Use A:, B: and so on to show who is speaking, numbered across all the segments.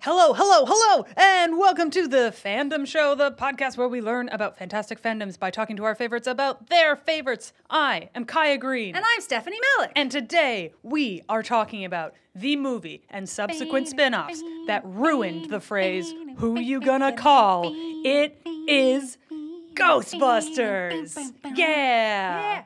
A: hello, hello, hello, and welcome to the Fandom Show, the podcast where we learn about fantastic fandoms by talking to our favorites about their favorites. I am Kaya Green.
B: And I'm Stephanie Malik.
A: And today we are talking about the movie and subsequent spin offs that ruined the phrase, Who You Gonna Call? It is Ghostbusters. Yeah.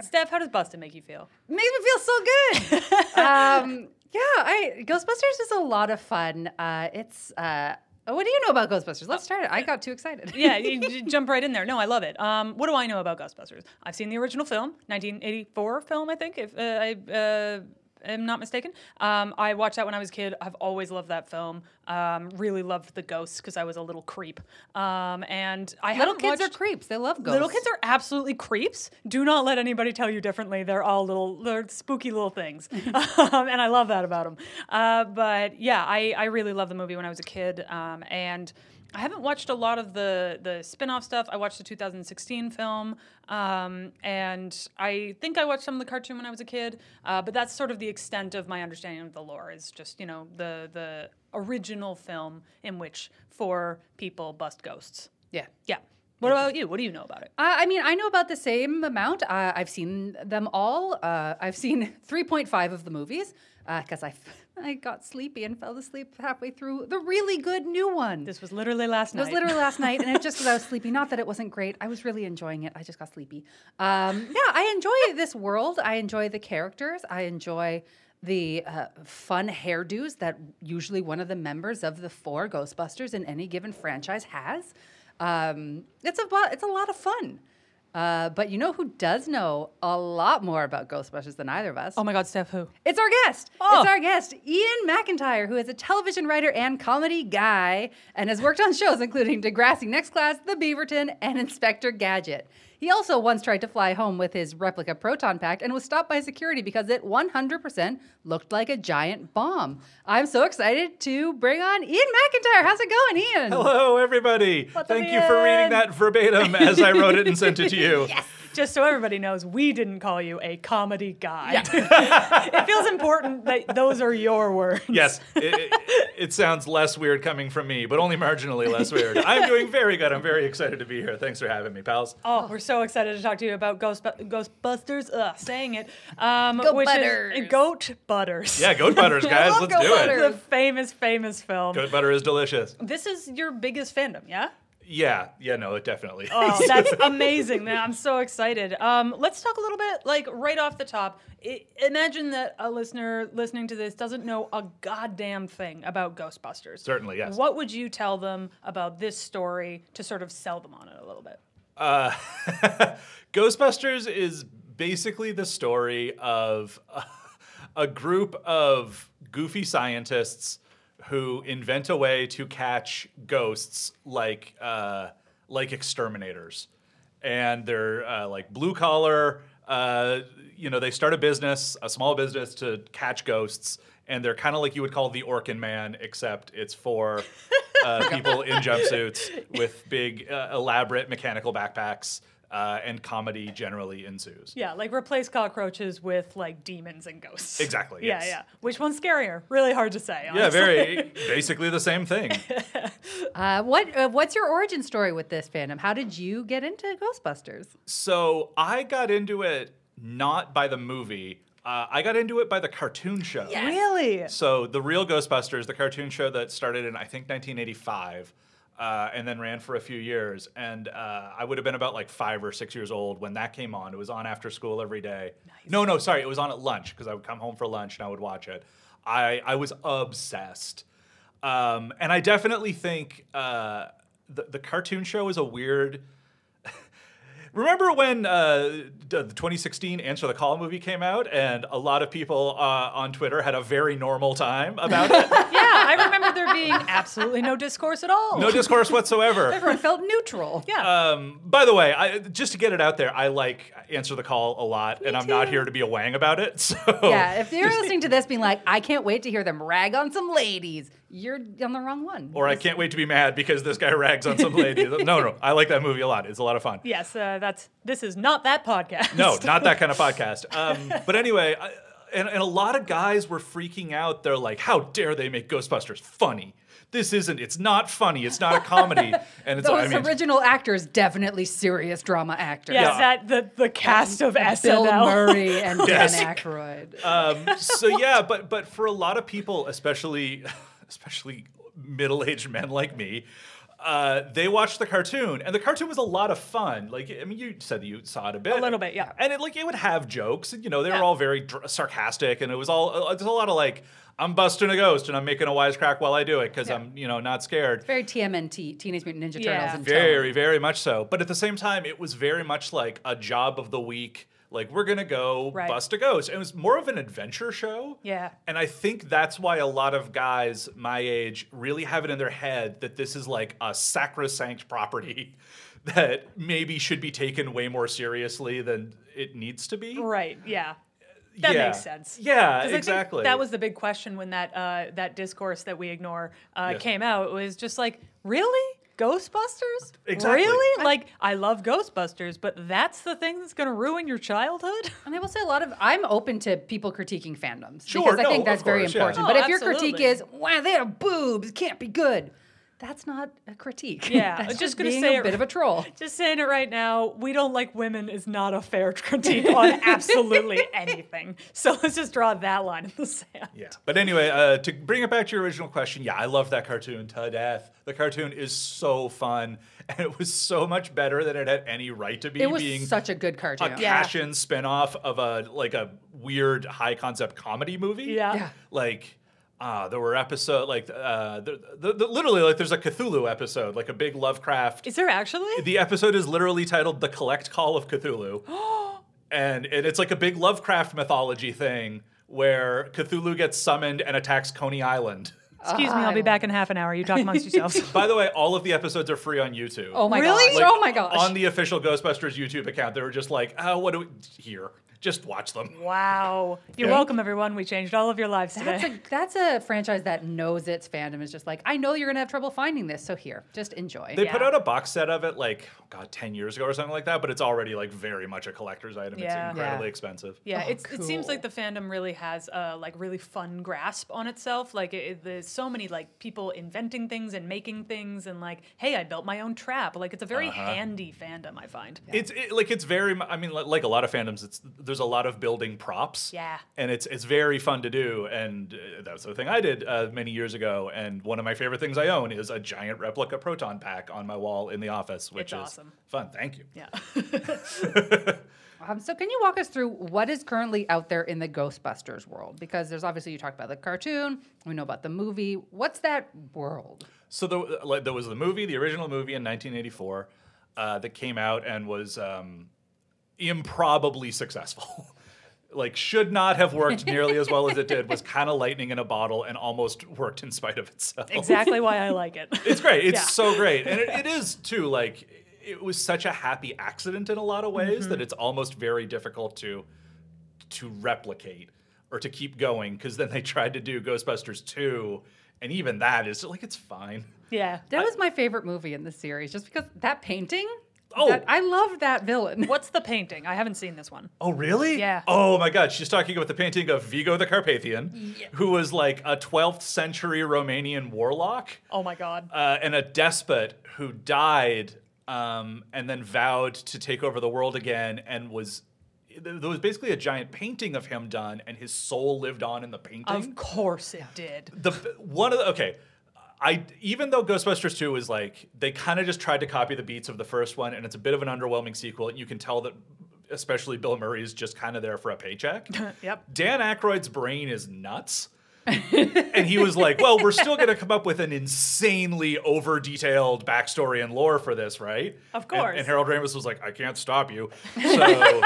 A: Steph, how does Busted make you feel?
B: makes me feel so good. um, yeah, I Ghostbusters is a lot of fun. Uh, it's uh, what do you know about Ghostbusters? Let's start it. I got too excited.
A: yeah, you j- jump right in there. No, I love it. Um, what do I know about Ghostbusters? I've seen the original film, 1984 film, I think, if uh, I uh, am not mistaken. Um, I watched that when I was a kid. I've always loved that film. Um, really loved the ghosts because I was a little creep. Um, and I
B: little
A: haven't
B: kids
A: watched-
B: are creeps. They love ghosts.
A: Little kids are absolutely creeps. Do not let anybody tell you differently. They're all little, they're spooky little things, um, and I love that about them. Uh, but yeah, I, I really loved the movie when I was a kid, um, and I haven't watched a lot of the the spin-off stuff. I watched the 2016 film, um, and I think I watched some of the cartoon when I was a kid. Uh, but that's sort of the extent of my understanding of the lore. Is just you know the the original film in which four people bust ghosts.
B: yeah.
A: Yeah. What about you? What do you know about it?
B: Uh, I mean, I know about the same amount. Uh, I've seen them all. Uh, I've seen 3.5 of the movies because I, f- I got sleepy and fell asleep halfway through the really good new one.
A: This was literally last
B: it
A: night.
B: was literally last night, and it's just because I was sleepy. Not that it wasn't great. I was really enjoying it. I just got sleepy. Um, yeah, I enjoy this world. I enjoy the characters. I enjoy the uh, fun hairdos that usually one of the members of the four Ghostbusters in any given franchise has. Um, it's a bo- it's a lot of fun. Uh, but you know who does know a lot more about Ghostbusters than either of us?
A: Oh my God, Steph, who?
B: It's our guest.
A: Oh.
B: It's our guest, Ian McIntyre, who is a television writer and comedy guy and has worked on shows including Degrassi Next Class, The Beaverton, and Inspector Gadget. He also once tried to fly home with his replica proton pack and was stopped by security because it 100% looked like a giant bomb. I'm so excited to bring on Ian McIntyre. How's it going, Ian?
C: Hello, everybody.
A: What's
C: Thank
A: up,
C: you for
A: Ian?
C: reading that verbatim as I wrote it and sent it to you.
A: Just so everybody knows, we didn't call you a comedy guy. it feels important that those are your words.
C: Yes, it, it, it sounds less weird coming from me, but only marginally less weird. I'm doing very good. I'm very excited to be here. Thanks for having me, pals.
A: Oh, we're so excited to talk to you about Ghost, Ghostbusters. Ugh, saying it. Um,
B: Goat
A: which is-
B: butters.
A: goat butters.
C: Yeah, goat butters, guys.
B: love
C: Let's
B: goat
C: do
B: butter.
C: it.
A: The famous, famous film.
C: Goat butter is delicious.
A: This is your biggest fandom, yeah?
C: Yeah, yeah, no, it definitely.
A: Oh,
C: is.
A: that's amazing, man. I'm so excited. Um, let's talk a little bit, like, right off the top. I- imagine that a listener listening to this doesn't know a goddamn thing about Ghostbusters.
C: Certainly, yes.
A: What would you tell them about this story to sort of sell them on it a little bit?
C: Uh, Ghostbusters is basically the story of a, a group of goofy scientists who invent a way to catch ghosts like uh, like exterminators, and they're uh, like blue collar. Uh, you know, they start a business, a small business to catch ghosts, and they're kind of like you would call the Orkin Man, except it's for uh, people in jumpsuits with big, uh, elaborate mechanical backpacks, uh, and comedy generally ensues.
A: Yeah, like replace cockroaches with like demons and ghosts.
C: Exactly,
A: Yeah,
C: yes.
A: yeah. Which one's scarier? Really hard to say.
C: Yeah,
A: honestly.
C: very basically the same thing.
B: Uh, what, uh, what's your origin story with this fandom? How did you get into Ghostbusters?
C: So I got into it not by the movie. Uh, I got into it by the cartoon show.
A: Really?
C: So the real Ghostbusters, the cartoon show that started in I think 1985, uh, and then ran for a few years. And uh, I would have been about like five or six years old when that came on. It was on after school every day. No, no, sorry, it was on at lunch because I would come home for lunch and I would watch it. I I was obsessed, um, and I definitely think uh, the the cartoon show is a weird. Remember when uh, d- the 2016 Answer the Call movie came out, and a lot of people uh, on Twitter had a very normal time about it?
A: Yeah, I remember there being absolutely no discourse at all.
C: No discourse whatsoever.
B: Everyone felt neutral.
A: yeah.
C: Um, by the way, I, just to get it out there, I like Answer the Call a lot, and I'm not
A: too.
C: here to be a wang about it. So
B: Yeah, if you're listening to this being like, I can't wait to hear them rag on some ladies, you're on the wrong one.
C: Or I can't wait to be mad because this guy rags on some lady. No, no, I like that movie a lot. It's a lot of fun.
A: yes, uh, that's this is not that podcast.
C: No, not that kind of podcast. Um, but anyway, I, and, and a lot of guys were freaking out. They're like, "How dare they make Ghostbusters funny? This isn't. It's not funny. It's not a comedy." And it's
B: Those
C: I mean,
B: original actors, definitely serious drama actors.
A: Yeah,
C: Yeah.
A: that the the cast of
B: Bill
A: SNL.
B: Murray and
C: Yes.
B: Dan Aykroyd.
C: um, so yeah, but but for a lot of people, especially especially middle aged men like me. Uh, they watched the cartoon, and the cartoon was a lot of fun. Like, I mean, you said that you saw it a bit,
A: A little bit, yeah.
C: And it like it would have jokes, and you know they
A: Yeah.
C: were all very dr- sarcastic, and it was all uh, there's a lot of like, I'm busting a ghost and I'm making a wisecrack while I do it because
B: Yeah.
C: I'm you know not scared.
B: Very TMNT, Teenage Mutant Ninja Turtles.
A: Yeah.
B: in tone.
C: Very, very much so. But at the same time, it was very much like a job of the week. Like we're gonna go
A: Right.
C: bust a ghost. It was more of an adventure show.
A: Yeah.
C: And I think that's why a lot of guys my age really have it in their head that this is like a sacrosanct property that maybe should be taken way more seriously than it needs to be.
A: Right. Yeah. That
C: Yeah.
A: makes sense.
C: Yeah,
A: 'Cause I think
C: Uh, exactly.
A: that was the big question when that uh, that discourse that we ignore uh,
C: Yeah.
A: came out. was just like, really? Ghostbusters?
C: Exactly.
A: Really? Like, I love Ghostbusters, but that's the thing that's going to ruin your childhood?
B: And I will say a lot of I'm open to people critiquing fandoms
C: Sure,
B: because I
C: no,
B: think
C: of
B: that's very
C: course, yeah.
B: important.
A: Oh,
B: but if your
A: absolutely.
B: critique is "Wow, they have boobs, it can't be good," that's not a critique.
A: Yeah, I
B: that's
A: was
B: just,
A: just gonna
B: being
A: say
B: a
A: it-
B: bit of a troll.
A: just saying it right now, we don't like women is not a fair critique on absolutely anything. So let's just draw that line in the sand.
C: Yeah. But anyway, uh, to bring it back to your original question, yeah, I love that cartoon to death. The cartoon is so fun, and it was so much better than it had any right to be.
B: It was
C: being
B: such a good
C: a
B: cartoon.
A: Yeah.
C: cash-in spinoff of a like a weird high concept comedy movie.
A: Yeah.
B: Yeah.
C: Like. Uh, there were episode like uh, the, the, the, literally like there's a Cthulhu episode like a big Lovecraft.
A: Is there actually?
C: the episode is literally titled "The Collect Call of Cthulhu," and and it's like a big Lovecraft mythology thing where Cthulhu gets summoned and attacks Coney Island.
A: Excuse me, I'll be back in half an hour. You talk amongst yourselves.
C: By the way, all of the episodes are free on YouTube.
B: Oh my
A: Really?
B: gosh! oh my gosh!
C: On the official Ghostbusters YouTube account, they were just like, "Oh, what do we here? Just watch them."
A: wow. You're
C: Yeah. Oh,
A: welcome, everyone. We changed all of your lives today.
B: that's a that's a franchise that knows its fandom is just like I know you're gonna have trouble finding this, so here, just enjoy.
C: They put
A: Yeah.
C: out a box set of it like God, ten years ago or something like that, but it's already like very much a collector's item.
A: Yeah.
C: It's incredibly
B: Yeah.
C: expensive.
A: Yeah,
B: Oh,
A: it's, it seems like the
B: cool.
A: fandom really has a like really fun grasp on itself. Like it, it- there's so many like people inventing things and making things and like, hey, I built my own trap. Like it's a very
C: Uh-huh.
A: handy fandom, I find.
C: It's it, like it's very. mu- I mean, li- like a lot of fandoms, it's there's a lot of building props.
A: Yeah.
C: and it's it's very fun to do, and uh, that was the thing I did uh, many years ago. And one of my favorite things I own is a giant replica proton pack on my wall in the office,
A: It's
C: which is
A: awesome.
C: fun. Thank you.
A: Yeah.
B: Um, so, can you walk us through what is currently out there in the Ghostbusters world? Because there's obviously you talked about the cartoon, we know about the movie. What's that world?
C: So there, like, there was the movie, the original movie in 1984, uh, that came out and was um, improbably successful. like, should not have worked nearly as well as it did. Was kind of lightning in a bottle and almost worked in spite of itself.
A: exactly why I like it.
C: It's great. It's
A: Yeah.
C: so great, and it, it is too. Like, it was such a happy accident in a lot of ways that it's almost very difficult to to replicate or to keep going because then they tried to do Ghostbusters 2 and even that is like it's fine.
A: yeah.
B: That was my favorite movie in the series, just because that painting.
C: Oh.
B: that- I love that villain.
A: What's the painting? I haven't seen this one.
C: Oh, really?
A: Yeah.
C: Oh my God, she's talking about the painting of Vigo the Carpathian, who was like a 12th century Romanian warlock
A: Oh my god.
C: uh, and a despot who died um, and then vowed to take over the world again and was. There was basically a giant painting of him done, and his soul lived on in the painting
A: Of course it did.
C: the one of the okay I even though Ghostbusters 2 is like they kind of just tried to copy the beats of the first one and it's a bit of an underwhelming sequel and you can tell that especially Bill Murray is just kind of there for a paycheck.
A: Yep.
C: Dan Aykroyd's brain is nuts. and he was like, "Well, we're still going to come up with an insanely over-detailed backstory and lore for this, right?"
A: Of
C: And-
A: course.
C: And, Harold Ramis was like, "I can't stop you." So,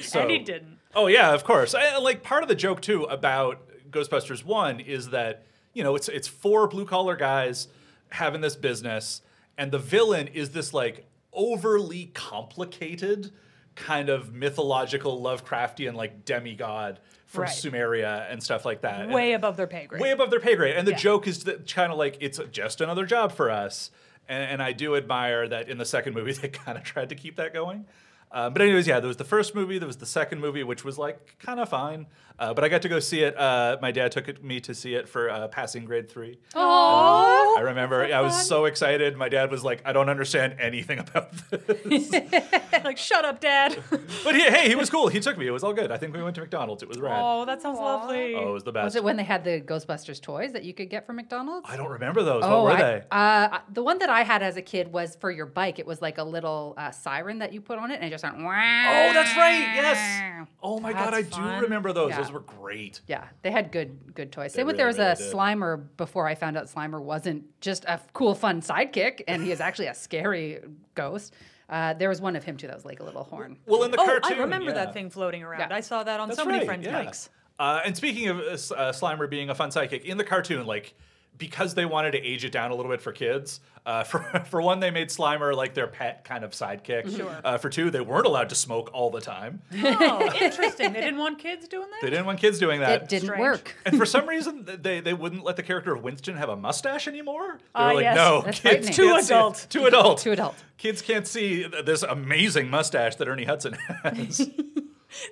C: so
A: and he didn't.
C: Oh yeah, of course. I, like part of the joke too about Ghostbusters One is that you know it's it's four blue collar guys having this business, and the villain is this like overly complicated kind of mythological Lovecraftian like demigod from
A: Right.
C: Sumeria and stuff like that. And-
A: Way above their pay grade.
C: way above their pay grade. And the
A: Yeah.
C: joke is that kind of like it's just another job for us. And, and I do admire that in the second movie they kind of tried to keep that going. Uh, but anyways, yeah, there was the first movie, there was the second movie, which was like kind of fine. Uh, but I got to go see it. Uh, my dad took it, me to see it for uh, passing grade three.
B: Oh,
C: I remember I was so excited. My dad was like, "I don't understand anything about this."
A: like, shut up, Dad.
C: but he, hey, he was cool. He took me. It was all good. I think we went to McDonald's. It was rad. Oh,
A: oh, that sounds
D: Aw.
A: lovely.
C: it was the best.
B: was it when they had the Ghostbusters toys that you could get from McDonald's?
C: I don't remember those. what were
B: Oh, I,
C: they?
B: Uh, the one that I had as a kid was for your bike. It was like a little uh, siren that you put on it, and it just went.
C: Oh, that's right. Yes. Oh my god, I
A: Ah. That's
C: do
A: fun.
C: remember those.
B: Yeah.
C: Those were great.
B: Yeah, they had good good toys.
C: They
B: Same with there was
C: really,
B: a
C: really did.
B: Slimer before I found out Slimer wasn't just a f- cool, fun sidekick, and he is actually a scary ghost. Uh, there was one of him too that was like a little horn.
C: Well, in the
A: oh,
C: cartoon,
A: I remember
C: yeah.
A: that thing floating around.
B: Yeah.
A: I saw that on
C: That's
A: so many
C: right,
A: friends'
C: yeah.
A: bikes.
C: Uh, and speaking of uh, S- uh, Slimer being a fun sidekick in the cartoon, like because they wanted to age it down a little bit for kids. Uh, for for one, they made Slimer like their pet kind of sidekick.
A: Sure.
C: Uh, for two, they weren't allowed to smoke all the time.
A: Oh, interesting. They didn't want kids doing that?
C: They didn't want kids doing that.
B: it didn't
A: strange.
B: work.
C: and for some reason, th- they they wouldn't let the character of Winston have a mustache anymore. They were
A: Ah,
C: like,
A: yes.
C: no,
B: That's
C: kids
B: frightening.
A: Too
C: can't see it."
A: adult.
C: too adult,
B: Too adult.
C: Kids can't see th- this amazing mustache that Ernie Hudson has.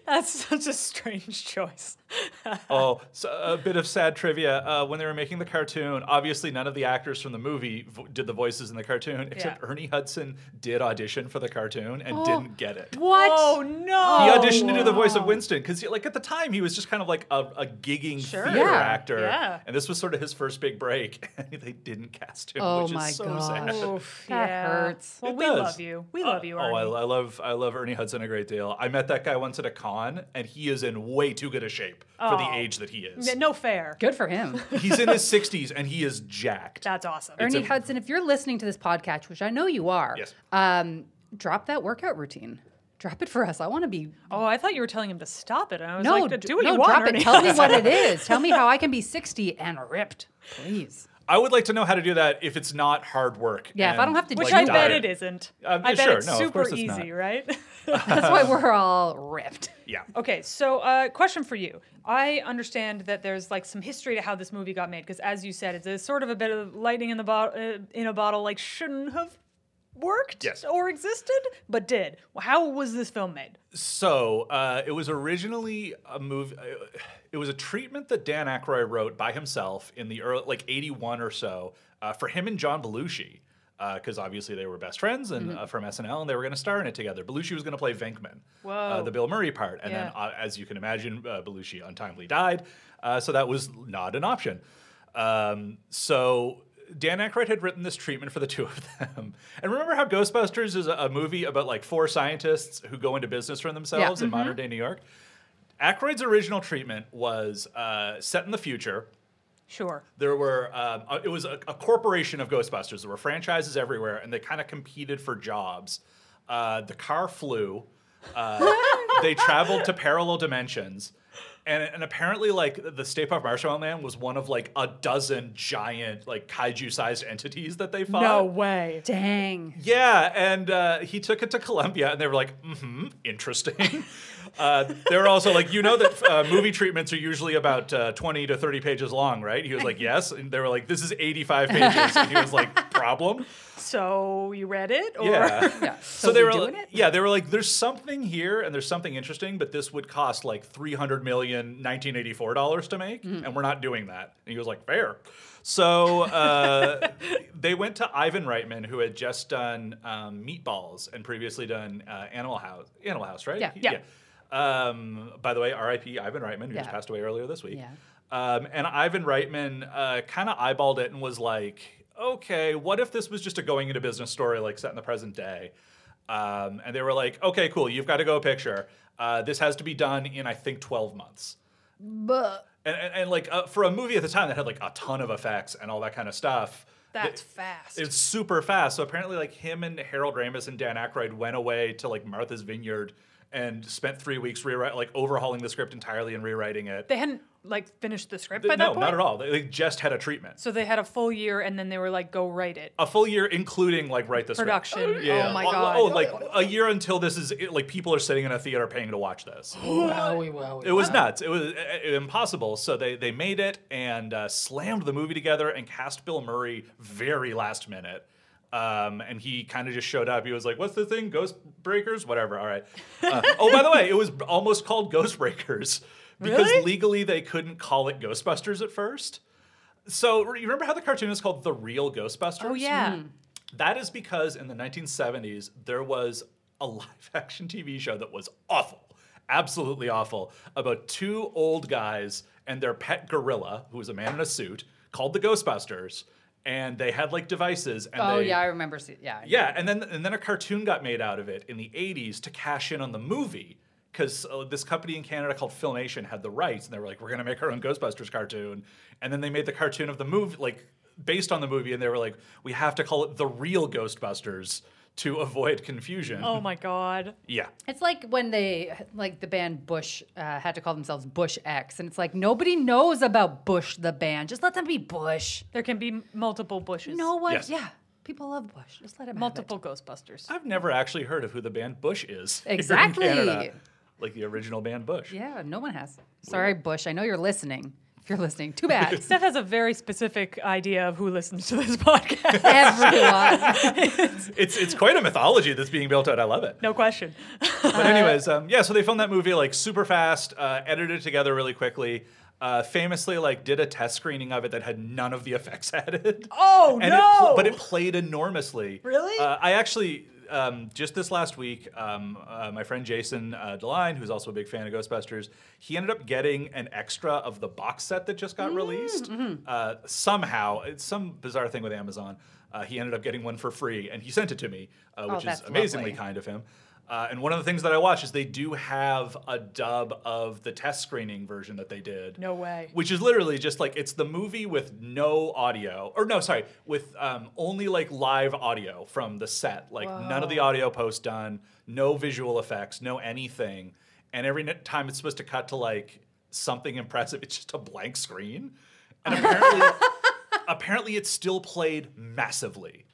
A: That's such a strange choice.
C: oh, so a bit of sad trivia. Uh, when they were making the cartoon, obviously none of the actors from the movie vo- did the voices in the cartoon, except
A: Yeah.
C: Ernie Hudson did audition for the cartoon and didn't get it.
B: What?
A: Oh, no.
C: He auditioned to do the voice of Winston because, like, at the time he was just kind of like a, a gigging
A: Sure.
C: theater
B: Yeah.
C: actor,
A: Yeah.
C: and this was sort of his first big break, and they didn't cast him,
B: Oh
C: which
B: my
C: is so
B: gosh.
C: sad.
A: Oof,
B: That
A: yeah.
B: hurts.
A: Well,
C: It
A: we
C: does.
A: love you. We
C: Uh,
A: love you,
C: Oh,
A: Ernie.
C: I, I love I love Ernie Hudson a great deal. I met that guy once at a con, and he is in way too good a shape for the
A: Oh.
C: age that he is.
A: N- No fair.
B: Good for him.
C: He's in his sixties, and he is jacked.
A: That's awesome.
B: Ernie
C: a-
B: Hudson, if you're listening to this podcast, which I know you are,
C: Yes.
B: um, drop that workout routine. Drop it for us. I want to be
A: Oh, I thought you were telling him to stop it. And I was
B: no,
A: like,
B: d-
A: do what
B: no,
A: you want,
B: drop
A: Ernie.
B: it. Tell me what it is. Tell me how I can be 60 and ripped, please.
C: I would like to know how to do that if it's not hard work.
B: Yeah, if I
C: and,
B: don't have to
A: Which
B: do
A: I
B: it.
A: bet
C: diet.
A: it isn't.
C: Uh,
A: I bet
C: sure,
A: it's
C: no, of
A: super
C: course it's
A: easy,
C: not.
A: right?
B: That's why we're all ripped.
C: Yeah.
A: Okay, so uh, question for you. I understand that there's like some history to how this movie got made because, as you said, it's a sort of a bit of lightning in the bottle uh, in a bottle, like shouldn't have worked
C: Yes.
A: or existed, but did. How was this film made?
C: So uh, it was originally a movie. uh, It was a treatment that Dan Aykroyd wrote by himself in the early, like '81 or so, uh, for him and John Belushi, because obviously they were best friends and
A: Mm-hmm.
C: uh, from SNL, and they were going to star in it together. Belushi was going to play Venkman, uh,
A: Whoa.
C: the Bill Murray part, and then
A: Yeah.
C: uh, as you can imagine, uh, Belushi untimely died, uh, so that was not an option. Um, so Dan Aykroyd had written this treatment for the two of them, and remember how Ghostbusters is a, a movie about like four scientists who go into business for themselves in modern day New York. Aykroyd's original treatment was uh, set in the future.
A: Sure.
C: There were um, uh, it was a, a corporation of Ghostbusters. There were franchises everywhere, and they kind of competed for jobs. Uh, the car flew. Uh, they traveled to parallel dimensions, and, and apparently, like the Stay Puft Marshmallow Man was one of like a dozen giant, like kaiju-sized entities that they fought.
A: No way.
B: Dang.
C: Yeah, and uh, he took it to Columbia, and they were like, mm-hmm, interesting. uh, they were also like, you know that uh, movie treatments are usually about uh, 20 to 30 pages long, right? He was like, yes. And they were like, this is 85 pages. And he was like, problem?
A: So you read it? Or
C: Yeah.
B: Yeah.
C: So, they
B: we're
C: were
B: doing
C: like-
B: it?
C: yeah, they were like, there's something here and there's something interesting, but this would cost like 300 million 1984 dollars to make, and we're not doing that. And he was like, fair. So uh, they went to Ivan Reitman, who had just done um, Meatballs and previously done uh, Animal House, Animal House, right?
B: Yeah.
A: Yeah.
C: Um, by the way, R.I.P. Ivan Reitman, who just
B: Yeah.
C: passed away earlier this week.
B: Yeah.
C: Um, and Ivan Reitman uh, kind of eyeballed it and was like, okay, what if this was just a going into business story like set in the present day? Um, and they were like, okay, cool, you've got to go a picture. Uh, this has to be done in, I think, 12 months.
B: But
C: And, and, and like uh, for a movie at the time that had like a ton of effects and all that kind of stuff.
A: That's
C: th-
A: fast.
C: it's super fast. So apparently, like him and Harold Ramis and Dan Aykroyd went away to like Martha's Vineyard and spent three weeks rewrite, like overhauling the script entirely and rewriting it.
A: they hadn't like finished the script by
C: no,
A: that point?
C: not at all. They, they just had a treatment.
A: So they had a full year and then they were like, go write it.
C: a full year, including like write this
A: Production.
C: Yeah.
A: Oh my
C: Oh,
A: God.
C: Oh, like a year until this is it, like people are sitting in a theater paying to watch this. It was nuts. It was uh, uh, impossible. So they they made it and uh, slammed the movie together and cast Bill Murray very last minute. Um, and he kind of just showed up. He was like, "What's the thing? Ghost Breakers? Whatever. All right." Uh, oh, by the way, it was almost called Ghost Breakers because
A: Really?
C: legally they couldn't call it Ghostbusters at first. So re- you remember how the cartoon is called The Real Ghostbusters?
A: Oh yeah.
C: That is because in the 1970s, there was a live action TV show that was awful, absolutely awful, about two old guys and their pet gorilla, who was a man in a suit, called the Ghostbusters. And they had like devices. And
B: Oh
C: they,
B: yeah, I remember. See- yeah,
C: yeah, and then and then a cartoon got made out of it in the '80s to cash in on the movie because uh, this company in Canada called Filmation had the rights, and they were like, "We're gonna make our own Ghostbusters cartoon," and then they made the cartoon of the movie, like based on the movie, and they were like, "We have to call it the real Ghostbusters to avoid confusion."
A: Oh my god.
C: Yeah,
B: It's like when they, like the band Bush, uh, had to call themselves Bush X, and it's like nobody knows about Bush the band. Just let them be Bush.
A: There can be m- multiple bushes.
B: No one,
C: Yes.
B: yeah, people love Bush. Just let them
A: Multiple Ghostbusters.
C: I've never actually heard of who the band Bush is. here in
B: Exactly.
C: Canada, like the original band Bush.
B: Yeah, no one has. Sorry, Bush. I know you're listening. If you're listening, too bad.
A: Steph has a very specific idea of who listens to this podcast.
B: Everyone.
C: It's it's quite a mythology that's being built out. I love it.
A: No question.
C: but anyways, um, yeah. So they filmed that movie like super fast, uh, edited it together really quickly. Uh, famously, like did a test screening of it that had none of the effects added.
A: Oh,
C: And it pl-
A: no!
C: but it played enormously.
A: Really?
C: Uh, I actually. Um, just this last week, um, uh, my friend Jason uh, Deline, who's also a big fan of Ghostbusters, he ended up getting an extra of the box set that just got
A: Mm-hmm,
C: released. Uh, somehow, it's some bizarre thing with Amazon. Uh, he ended up getting one for free, and he sent it to me,
A: Oh,
C: uh, which is
B: that's
C: amazingly
B: lovely.
C: kind kind of him. Uh, and one of the things that I watch is they do have a dub of the test screening version that they did.
A: No way.
C: Which is literally just like it's the movie with no audio, or no, sorry, with um, only like live audio from the set. Like none of the audio post done, no visual effects, no anything. And every n- time it's supposed to cut to like something impressive, it's just a blank screen. And apparently, apparently, it still played massively.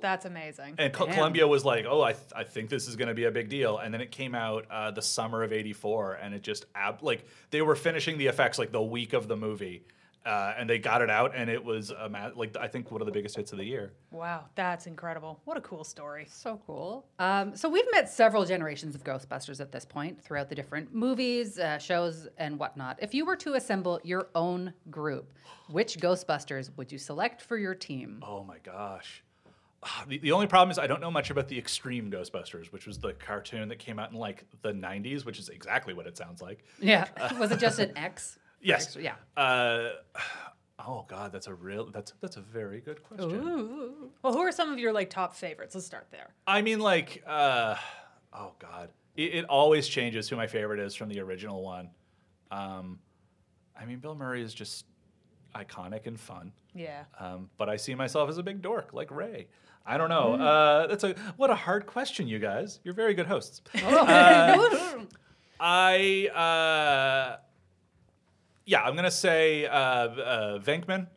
A: That's amazing.
C: And Co-
B: Damn.
C: Columbia was like, "Oh, I, th- I think this is going to be a big deal," and then it came out uh, the summer of '84, and it just ab- like they were finishing the effects like the week of the movie, uh, and they got it out, and it was a ma- like I think one of the biggest hits of the year.
A: Wow, that's incredible. What a cool story.
B: So cool. Um, so we've met several generations of Ghostbusters at this point throughout the different movies, uh, shows, and whatnot. If you were to assemble your own group, which Ghostbusters would you select for your team?
C: Oh my gosh. Ah, The, the only problem is I don't know much about the Extreme Ghostbusters, which was the cartoon that came out in like the '90s, which is exactly what it sounds like.
B: Yeah. Was it just an X?
C: Yes.
B: Extra- yeah.
C: Uh, oh God, that's a real that's that's a very good question.
A: Well, who are some of your like top favorites? Let's start there.
C: I mean, like, uh, oh god, it, it always changes who my favorite is from the original one. Um, I mean, Bill Murray is just iconic and fun,
A: Yeah.
C: um, but I see myself as a big dork like Ray. I don't know.
B: Mm.
C: Uh, that's a what a hard question, you guys. You're very good hosts.
B: Oh.
C: Uh, I uh, yeah, I'm gonna say uh, uh, Venkman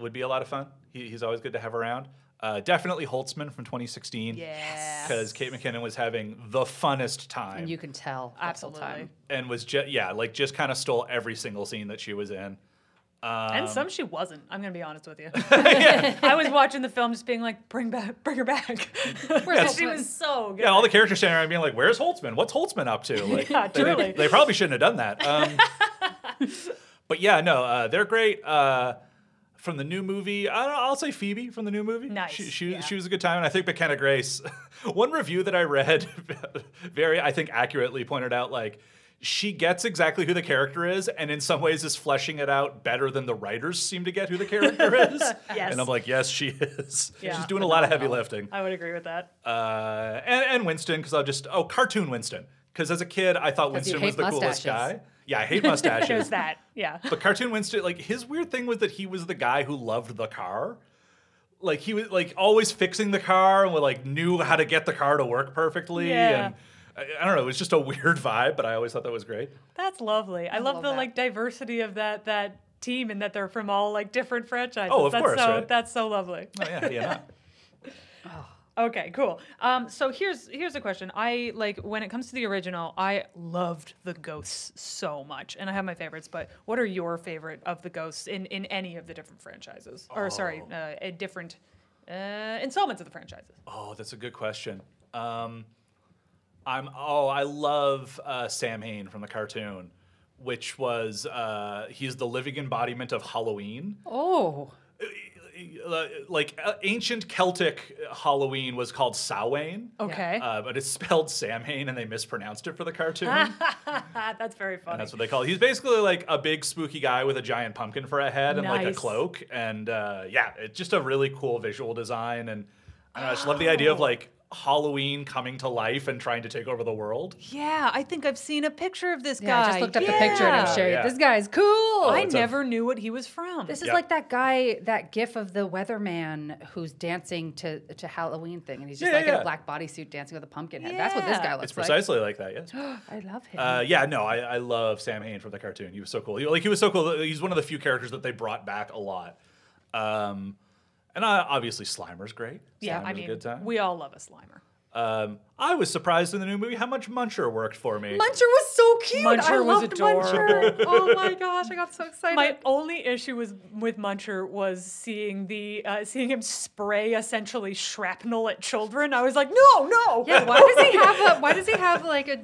C: would be a lot of fun. He, he's always good to have around. Uh, definitely Holtzman from 2016
A: Yes.
C: because Kate McKinnon was having the funnest time
B: and you can tell. the whole
A: Absolutely.
B: Time.
C: and was just yeah like just kind of stole every single scene that she was in. Um,
A: and some she wasn't. I'm gonna be honest with you. I was watching the film, just being like, "Bring back, bring her back."
B: Yes.
A: she was so good.
C: Yeah, all the characters standing around being like, "Where's Holtzman? What's Holtzman up to?" Like,
A: Yeah,
C: they- they-
A: truly.
C: They, probably shouldn't have done that. Um, but yeah, no, uh, they're great. Uh, from the new movie, I don't, I'll say Phoebe from the new movie.
A: Nice,
C: She, she,
A: yeah.
C: she was a good time, and I think McKenna Grace. one review that I read, very I think accurately pointed out like. She gets exactly who the character is, and in some ways is fleshing it out better than the writers seem to get who the character is.
A: Yes.
C: And I'm like, yes, she is.
A: Yeah.
C: She's doing a lot of heavy lifting
A: I would agree with that.
C: uh, and, and Winston because I'll just oh cartoon Winston because as a kid I thought
B: 'Cause you
C: Winston was
B: hate
C: the coolest
B: mustaches.
C: guy. Yeah, I
A: Shows
C: hate mustaches.
A: that. Yeah.
C: but cartoon Winston, like his weird thing was that he was the guy who loved the car. Like he was like always fixing the car and like knew how to get the car to work perfectly.
A: Yeah.
C: And I, I don't know, it was just a weird vibe, but I always thought that was great.
A: That's lovely. I, love,
B: love
A: the
B: that.
A: like diversity of that that team and that they're from all like different franchises.
C: Oh, of
A: that's
C: course,
A: so
C: right?
A: that's so lovely.
C: Oh yeah, yeah. not?
A: Okay, cool. Um, so here's here's a question. I like when it comes to the original, I loved the ghosts so much, and I have my favorites. But what are your favorite of the ghosts in in any of the different franchises? Or sorry, uh, a different Uh, installments of the franchises.
C: Oh, that's a good question. Um, I'm oh, I love uh, Sam Hain from the cartoon, which was uh, he's the living embodiment of Halloween.
B: Oh,
C: Uh, Like uh, ancient Celtic Halloween was called Samhain.
A: Okay.
C: Uh, but it's spelled Samhain, and they mispronounced it for the cartoon. and
A: That's very funny.
C: that's what they call it. He's basically like a big spooky guy with a giant pumpkin for a head and like a
A: Nice.
C: cloak. And uh, yeah, it's just a really cool visual design. And I, don't know, I just love the idea of like Halloween coming to life and trying to take over the world.
A: yeah, I think I've seen a picture of this
B: yeah.
A: guy.
B: I just looked up the picture and I'm
A: Yeah.
B: sure
C: Yeah.
B: this guy's cool.
A: I
C: it's a-
A: never knew what he was from.
B: This is
C: Yep.
B: like that guy, that gif of the weatherman who's dancing to to Halloween thing, and he's just
C: Yeah,
B: like in
C: yeah.
B: a black bodysuit dancing with a pumpkin head. That's what this
A: Yeah.
B: guy looks
C: It's
B: like.
C: precisely like that, yes.
B: I love him.
C: Uh, yeah, no, I, I love Sam Hain from the cartoon. He was so cool. He, like he was so cool. He's one of the few characters that they brought back a lot. Um, and uh, obviously Slimer's great.
A: yeah,
C: Slimer's
A: I
C: a
A: mean,
C: good time.
A: we all love a Slimer.
C: um, I was surprised in the new movie how much Muncher worked for me.
B: Muncher was so cute. I
A: Muncher was
B: loved Muncher. oh my gosh, I got so excited.
A: My only issue was with Muncher was seeing the uh, seeing him spray essentially shrapnel at children. I was like, no, no.
B: yeah, why does he have a, why does he have like a,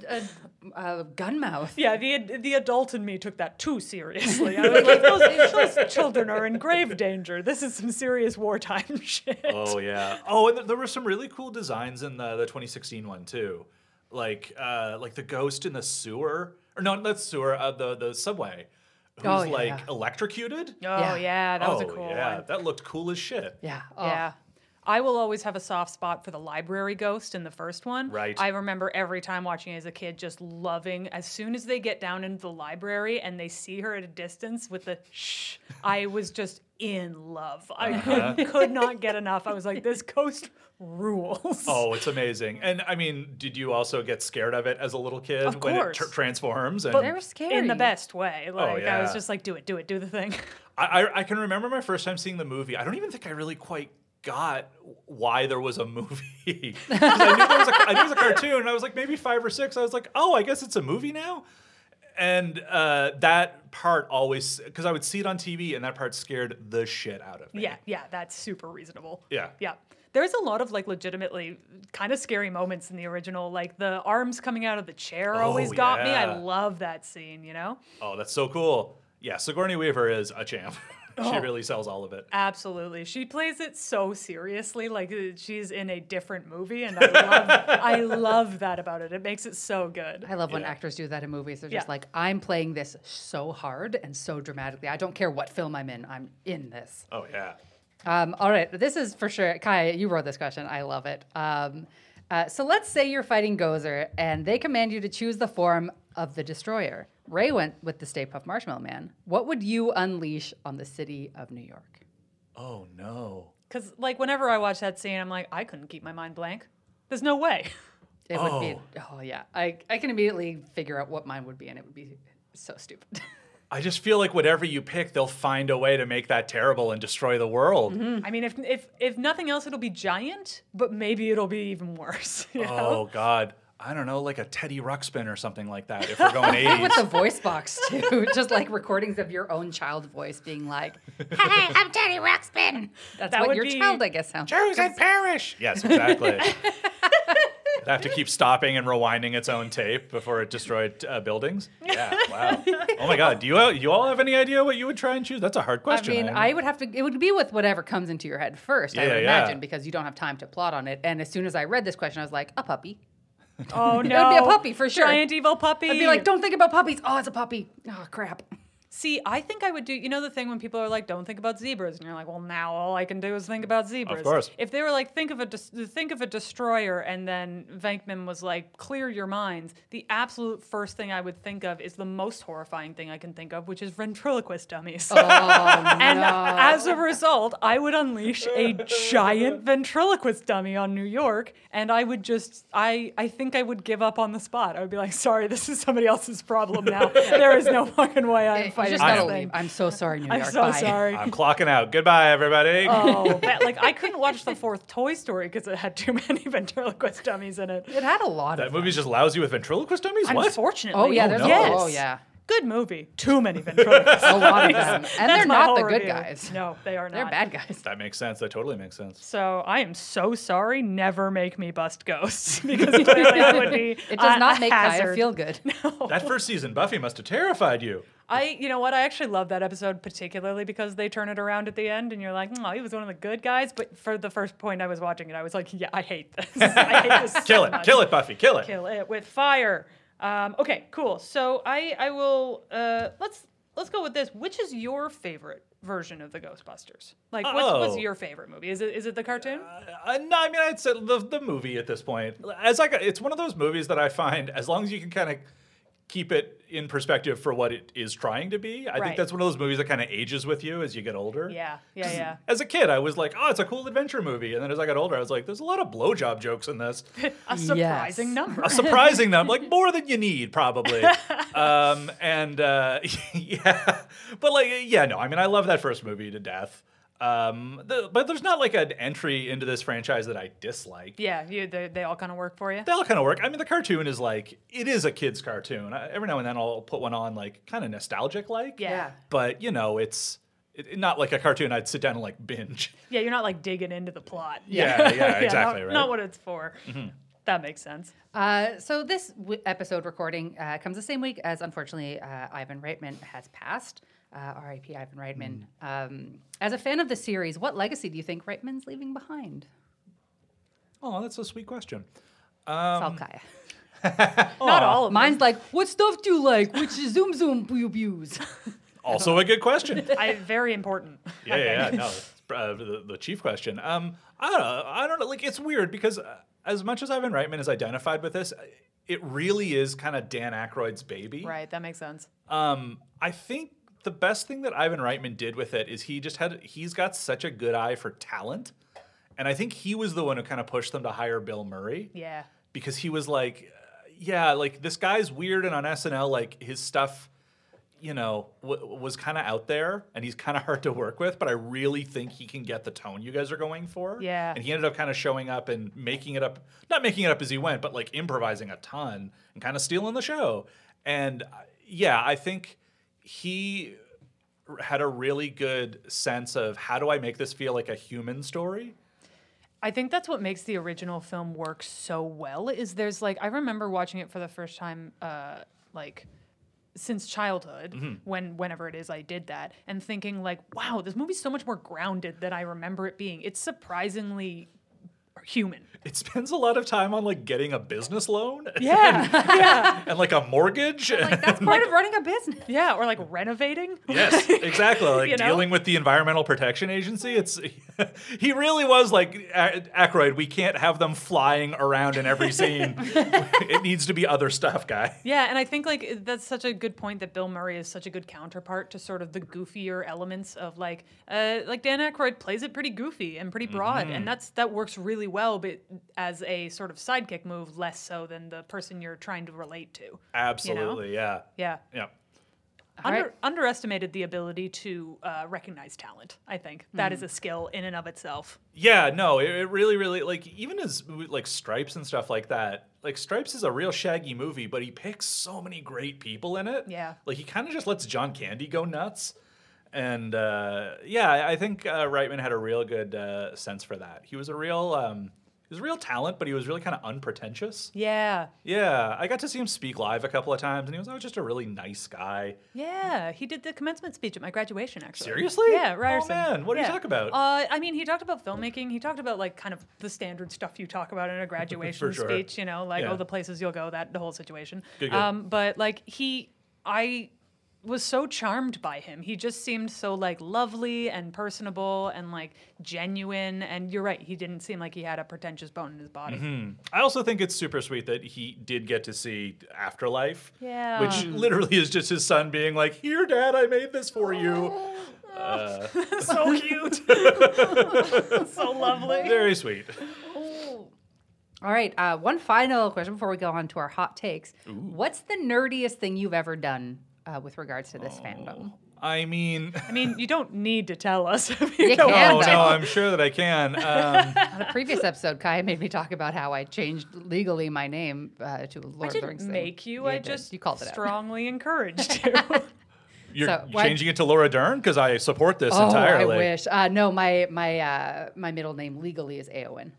B: a, a gun mouth?
A: Yeah, the ad- the adult in me took that too seriously. I was like, those, those children are in grave danger. This is some serious wartime shit.
C: Oh yeah. Oh, and th- there were some really cool designs in the, the 2016 one too, like uh, like the ghost in the sewer, or no, not sewer, uh, the the subway, who's
B: Oh, yeah.
C: like electrocuted.
B: Yeah.
A: that
C: oh yeah, that looked cool as shit.
B: Yeah, Oh,
A: Yeah. I will always have a soft spot for the library ghost in the first one.
C: Right.
A: I remember every time watching it as a kid just loving as soon as they get down into the library and they see her at a distance with the shh, I was just in love. I
C: Uh-huh.
A: could, could not get enough. I was like, this ghost rules.
C: Oh, it's amazing. And I mean, did you also get scared of it as a little kid
A: Of
C: when it
A: course.
C: tr- transforms? And
B: Oh, they were scary
A: In the best way. Like I
C: Oh, yeah.
A: was just like, do it, do it, do the thing.
C: I, I, I can remember my first time seeing the movie. I don't even think I really quite got why there was a movie. 'Cause I, knew there was a, I knew it was a cartoon, and I was like maybe five or six. I was like, oh, I guess it's a movie now. And uh, that part always, because I would see it on TV, and that part scared the shit out of me.
A: Yeah, yeah, that's super reasonable.
C: Yeah.
A: Yeah. There's a lot of like legitimately kind of scary moments in the original. Like the arms coming out of the chair always got me.
C: Oh, yeah.
A: I love that scene, you know?
C: Oh, that's so cool. Yeah, Sigourney Weaver is a champ.
A: Oh.
C: she really sells all of it.
A: Absolutely. She plays it so seriously. Like uh, she's in a different movie and I love I love that about it. It makes it so good.
B: I love when
C: Yeah.
B: actors do that in movies. They're just
A: Yeah.
B: like, I'm playing this so hard and so dramatically. I don't care what film I'm in. I'm in this.
C: Oh yeah.
B: Um, all right, this is for sure. Kai, you wrote this question. I love it. Um, uh, so let's say you're fighting Gozer, and they command you to choose the form of the destroyer. Ray went with the Stay Puft Marshmallow Man. What would you unleash on the city of New York?
C: Oh no.
A: Cause like whenever I watch that scene, I'm like, I couldn't keep my mind blank. There's no way.
B: It would be. Oh yeah, I I can immediately figure out what mine would be, and it would be so stupid.
C: I just feel like whatever you pick, they'll find a way to make that terrible and destroy the world.
B: Mm.
A: I mean, if if if nothing else, it'll be giant, but maybe it'll be even worse. you know?
C: Oh God, I don't know, like a Teddy Ruxpin or something like that. If we're going
B: with the
C: eighties,
B: voice box too, just like recordings of your own child voice being like,
D: Hey, I'm Teddy Ruxpin.
B: "That's
A: That
B: what
A: would
B: your
A: be-
B: child, I guess, sounds."
C: Jews and perish. Yes, exactly. It'd have to keep stopping and rewinding its own tape before it destroyed uh, buildings. Yeah, wow. Oh my God, do you all, you all have any idea what you would try and choose? That's a hard
B: I
C: question.
B: mean, I would have to. It would be with whatever comes into your head first, I
C: Yeah,
B: would
C: yeah.
B: imagine, because you don't have time to plot on it. And as soon as I read this question, I was like, a puppy.
A: Oh no!
B: would be a puppy for sure.
A: Giant evil puppy.
B: I'd be like, don't think about puppies. Oh, it's a puppy. Oh, crap.
A: See, I think I would do. You know the thing when people are like, "Don't think about zebras," and you're like, "Well, now all I can do is think about zebras."
C: course.
A: If they were like, "Think of a des- think of a destroyer," and then Venkman was like, "Clear your minds," the absolute first thing I would think of is the most horrifying thing I can think of, which is ventriloquist dummies. and as a result, I would unleash a giant ventriloquist dummy on New York, and I would just, I, I think I would give up on the spot. I would be like, sorry, this is somebody else's problem now. there is no fucking way I'm
B: You
A: fighting this
B: just gotta
A: thing.
B: leave. I'm so sorry, New
A: I'm
B: York.
A: so
B: Bye.
A: sorry.
C: I'm clocking out. Goodbye, everybody.
A: oh, but, like I couldn't watch the fourth Toy Story because it had too many ventriloquist dummies in it.
B: It had a lot
C: That
B: of.
C: movie's just lousy with ventriloquist dummies. What?
A: Unfortunately,
B: Oh yeah,
C: Oh,
B: there's.
C: no.
B: Oh yeah.
A: Good movie. Too many ventriloquists.
B: A lot of them. And
A: That's
B: they're
A: my
B: not
A: whole
B: the good
A: review.
B: guys.
A: No, they are not.
B: They're bad guys.
C: That makes sense. That totally makes sense.
A: So I am so sorry. Never make me bust ghosts because clearly that would be
B: It does
A: a-
B: not
A: Uh, a
B: make
A: hazard.
B: Kaya feel good.
C: That first season, Buffy must have terrified you.
A: I, you know what? I actually love that episode particularly because they turn it around at the end, and you're like, "Oh, he was one of the good guys." But for the first point I was watching it, I was like, "Yeah, I hate this. I hate this. so
C: Kill it,
A: much.
C: kill it, Buffy, kill it.
A: kill it with fire." Um, okay, cool. So I, I will. Uh, let's let's go with this. Which is your favorite version of the Ghostbusters? Like, what's, what's
C: Oh.
A: your favorite movie? Is it is it the cartoon?
C: Uh, no, I mean I'd say the, the movie at this point. As I, got- it's one of those movies that I find as long as you can kind of keep it in perspective for what it is trying to be. I
A: Right.
C: think that's one of those movies that kind of ages with you as you get older.
A: yeah, yeah, yeah.
C: As a kid, I was like, "Oh, it's a cool adventure movie," and then as I got older, I was like, "There's a lot of blowjob jokes in this."
A: A surprising
B: Yes.
A: number.
C: a surprising number, like more than you need probably. um, and uh, yeah, but like yeah, no, I mean I love that first movie to death. Um, the, but there's not like an entry into this franchise that I dislike.
A: Yeah, you, they, they all kind of work for you.
C: They all kind of work. I mean, the cartoon is like it is a kids' cartoon. I, every now and then I'll put one on, like kind of nostalgic, like.
A: Yeah.
C: But you know, it's it, not like a cartoon I'd sit down and like binge.
A: Yeah, you're not like digging into the plot.
C: Yeah, yeah, exactly,
A: Not,
C: right. Mm-hmm.
A: not what it's for. That makes sense.
B: Uh, so this w- episode recording uh, comes the same week as, unfortunately, uh, Ivan Reitman has passed. Uh, R.I.P. Ivan Reitman. Um, as a fan of the series, what legacy do you think Reitman's leaving behind?
C: Oh, that's a sweet question.
B: It's all Kaya.
A: Not all of
B: Mine's like, what stuff do you like? Which is zoom zoom pew pews.
C: Also a good question.
A: I very important.
C: yeah, yeah, yeah. No, it's, uh, the, the chief question. Um, I don't know. I don't know. Like, it's weird because uh, as much as Ivan Reitman is identified with this, it really is kind of Dan Aykroyd's baby.
A: Right, that makes sense.
C: Um, I think the best thing that Ivan Reitman did with it is he just had he's got such a good eye for talent, and I think he was the one who kind of pushed them to hire Bill Murray
A: Yeah.
C: because he was like, uh, yeah, like this guy's weird and on SNL, like his stuff, you know, w- was kind of out there and he's kind of hard to work with, but I really think he can get the tone you guys are going for.
A: Yeah.
C: And he ended up kind of showing up and making it up, not making it up as he went, but like improvising a ton and kind of stealing the show. And uh, yeah, I think he had a really good sense of how do I make this feel like a human story?
A: I think that's what makes the original film work so well. Is there's like I remember watching it for the first time, uh, like since childhood,
C: Mm-hmm.
A: when whenever it is I did that, and thinking like, wow, this movie's so much more grounded than I remember it being. It's surprisingly human.
C: It spends a lot of time on like getting a business loan.
A: Yeah, yeah.
C: and like a mortgage.
B: like that's part of running a business.
A: Yeah, or like renovating.
C: yes, exactly. Like
A: You know?
C: dealing with the Environmental Protection Agency. It's he really was like A- Aykroyd. We can't have them flying around in every scene. it needs to be other stuff, guy.
A: Yeah, and I think like it- that's such a good point that Bill Murray is such a good counterpart to sort of the goofier elements of like uh, like Dan Aykroyd plays it pretty goofy and pretty broad, and that's that works really well, but as a sort of sidekick move, less so than the person you're trying to relate to.
C: Absolutely, yeah,
A: Yeah,
C: yeah.
A: Under,
B: right.
A: underestimated the ability to uh, recognize talent. I think that is a skill in and of itself.
C: Yeah, no, it, it really, really like even as like Stripes and stuff like that. Like Stripes is a real shaggy movie, but he picks so many great people in it.
A: Yeah.
C: like he kind of just lets John Candy go nuts, and uh, yeah, I- I think uh, Reitman had a real good uh, sense for that. He was a real, um, he was a real talent, but he was really kind of unpretentious.
A: Yeah,
C: Yeah, I got to see him speak live a couple of times, and he was always just a really nice guy.
A: Yeah, he did the commencement speech at my graduation, actually.
C: Seriously?
A: Yeah,
C: Oh,
A: Ryerson.
C: man, what did he
A: Yeah.
C: talk about?
A: Uh, I mean, he talked about filmmaking. He talked about, like, kind of the standard stuff you talk about in a graduation
C: sure.
A: speech, you know, like,
C: Yeah.
A: oh, the places you'll go, that the whole situation.
C: Good, good.
A: Um, but, like, he, I was so charmed by him. He just seemed so, like, lovely and personable and, like, genuine. And you're right, he didn't seem like he had a pretentious bone in his body.
C: I also think it's super sweet that he did get to see Afterlife.
A: Yeah.
C: Which literally is just his son being like, Here, Dad, I made this for you. Uh,
A: Oh. so cute. so lovely.
C: very sweet.
B: All right. Uh, one final question before we go on to our hot takes. What's the nerdiest thing you've ever done uh, with regards to this fandom?
C: I mean, oh,
A: I mean, you don't need to tell us. If
B: You
A: don't
B: can,
C: no,
B: though.
C: no, I'm sure that I can. Um,
B: On a previous episode, Kai made me talk about how I changed legally my name uh, to Lord
A: I
B: of the
A: didn't
B: Rings. thing.
A: make you.
B: Yeah,
A: I
B: did.
A: just
B: you called it out.
A: strongly encouraged you.
C: you're
B: So, what-
C: changing it to Laura Dern because I support this
B: Oh,
C: entirely.
B: I wish. Uh, no, my my uh, my middle name legally is Aowen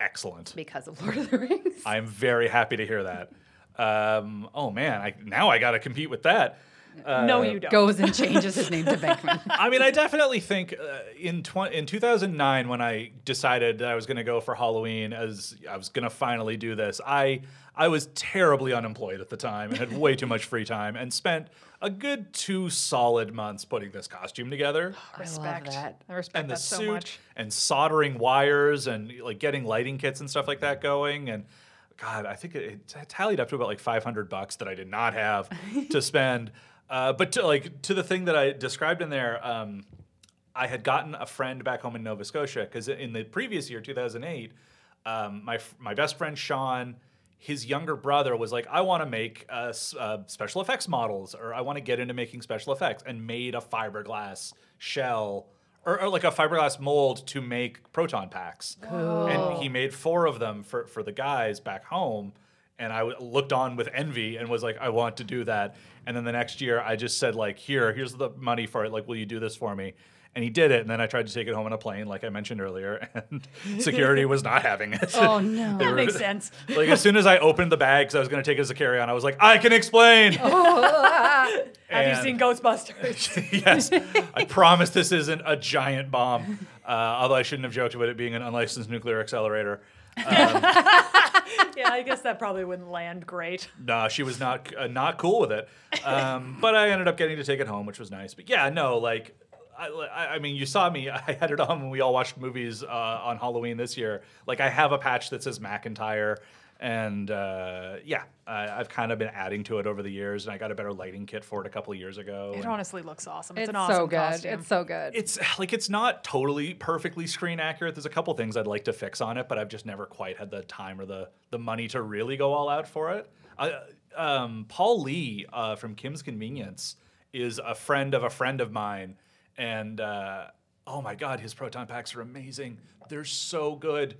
C: Excellent.
B: because of Lord of the Rings.
C: I'm very happy to hear that. Um, oh man, I, now I got to compete with that. Uh,
A: no, you don't.
B: Goes and changes his name to Beckman.
C: I mean, I definitely think uh, in tw- in 2009 when I decided that I was going to go for Halloween as I was going to finally do this, I I was terribly unemployed at the time and had way too much free time and spent a good two solid months putting this costume together
A: Respect.
B: I love that.
A: I respect
C: and the
A: that
C: suit
A: so much.
C: and soldering wires and like getting lighting kits and stuff like that going and god i think it, it t- tallied up to about like 500 bucks that i did not have to spend uh, but to, like to the thing that i described in there um, i had gotten a friend back home in nova scotia because in the previous year 2008 um, my, f- my best friend sean his younger brother was like, I want to make uh, s- uh, special effects models, or I want to get into making special effects, and made a fiberglass shell or, or like a fiberglass mold to make proton packs. And he made four of them for, for the guys back home. And I w- looked on with envy and was like, I want to do that. And then the next year, I just said like, here, here's the money for it. Like, will you do this for me? And he did it. And then I tried to take it home on a plane, like I mentioned earlier, and security was not having it.
B: Oh, no.
C: They
A: That
C: were-
A: makes sense.
C: like as soon as I opened the bag, because I was going to take it as a carry-on, I was like, I can explain.
A: Oh. Have you
C: And-
A: seen Ghostbusters?
C: yes, I promise this isn't a giant bomb. Uh, although I shouldn't have joked about it being an unlicensed nuclear accelerator.
A: yeah, I guess that probably wouldn't land great.
C: Nah, she was not uh, not cool with it. Um, but I ended up getting to take it home, which was nice. But yeah, no, like. I, I- I mean, you saw me. I had it on when we all watched movies uh, on Halloween this year. Like, I have a patch that says McIntyre, and uh, yeah, I, I've kind of been adding to it over the years. And I got a better lighting kit for it a couple of years ago.
A: It
C: and-
A: honestly looks awesome. It's,
B: It's
A: an awesome
B: so good.
A: costume.
B: It's so good.
C: it's like it's not totally perfectly screen accurate. There's a couple things I'd like to fix on it, but I've just never quite had the time or the the money to really go all out for it. I, um, Paul Lee uh, from Kim's Convenience is a friend of a friend of mine, and uh, oh my god, his proton packs are amazing. They're so good.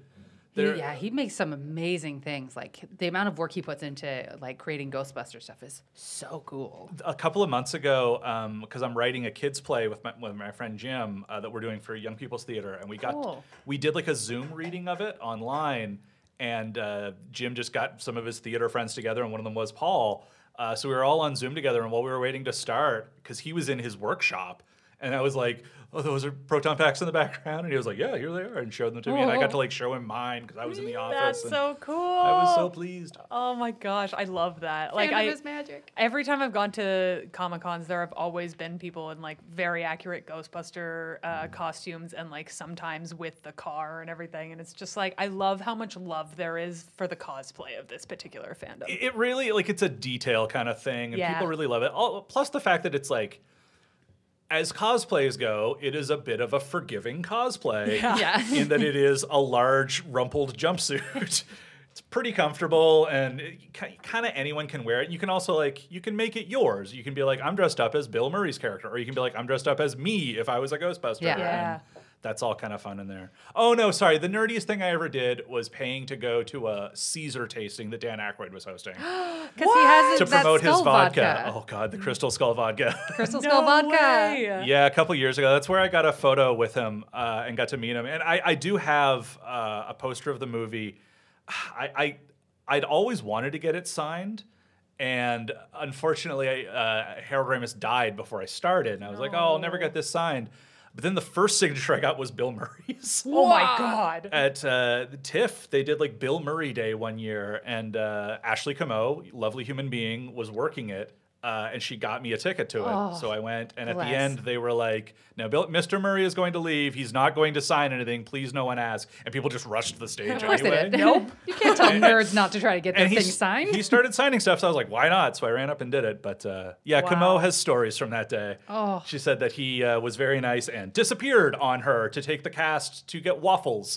B: He-
C: They're,
B: yeah, he makes some amazing things. Like the amount of work he puts into like creating Ghostbuster stuff is so cool.
C: a couple of months ago because I'm writing a kids play with my, with my friend Jim uh, that we're doing for Young People's Theater, and we got
B: Cool.
C: we did like a Zoom reading of it online, and uh, Jim just got some of his theater friends together, and one of them was Paul. Uh, so we were all on Zoom together, and while we were waiting to start, because he was in his workshop, and I was like, "Oh, those are proton packs in the background," and he was like, "Yeah, here they are," and showed them to me, and I got to like show him mine because I was in the office.
A: Oh. That's
C: and
A: so cool.
C: I was so pleased.
A: Oh my gosh, I love that. Like
B: Fandom
A: I
B: is magic.
A: Every time I've gone to Comic Cons, there have always been people in like very accurate Ghostbuster
C: Mm.
A: uh, costumes and like sometimes with the car and everything. And it's just like, I love how much love there is for the cosplay of this particular fandom.
C: it really like it's a detail kind of thing and
A: Yeah.
C: people really love it All, plus the fact that it's like as cosplays go it is a bit of a forgiving cosplay
B: Yeah.
C: in that it is a large rumpled jumpsuit it's pretty comfortable and kind of anyone can wear it you can also like you can make it yours you can be like i'm dressed up as bill murray's character or you can be like i'm dressed up as me if i was a ghostbuster
B: Yeah.
C: And
A: Yeah.
C: that's all kind of fun in there. Oh no, sorry. The nerdiest thing I ever did was paying to go to a Caesar tasting that Dan Aykroyd was hosting
B: Because he has
C: to
B: that
C: promote his
B: skull
C: vodka. Oh god, the Crystal Skull vodka.
B: Crystal Skull Vodka.
C: yeah, a couple years ago, that's where I got a photo with him uh, and got to meet him. And I, I do have uh, a poster of the movie. I, I I'd always wanted to get it signed. And unfortunately, I, uh, Harold Ramis died before I started, and I was like, "Oh, I'll never get this signed." But then the first signature I got was Bill Murray's
A: Oh my God.
C: at uh, the TIFF, they did like Bill Murray Day one year, and uh, Ashley Camo, lovely human being, was working it. Uh, and she got me a ticket to it, so I went. And at
B: Oh, bless.
C: the end, they were like, "Now, Bill, Mr. Murray is going to leave. He's not going to sign anything. Please, no one ask." And people just rushed to the stage.
B: Of course they
C: anyway.
B: did. Nope. you can't tell nerds not to try to get
C: And
B: this
C: he,
B: thing
C: s-
B: signed.
C: he started signing stuff, so I was like, "Why not?" So I ran up and did it. But uh, yeah,
A: Wow.
C: Camo has stories from that day.
B: Oh.
C: She said that he uh, was very nice and disappeared on her to take the cast to get waffles.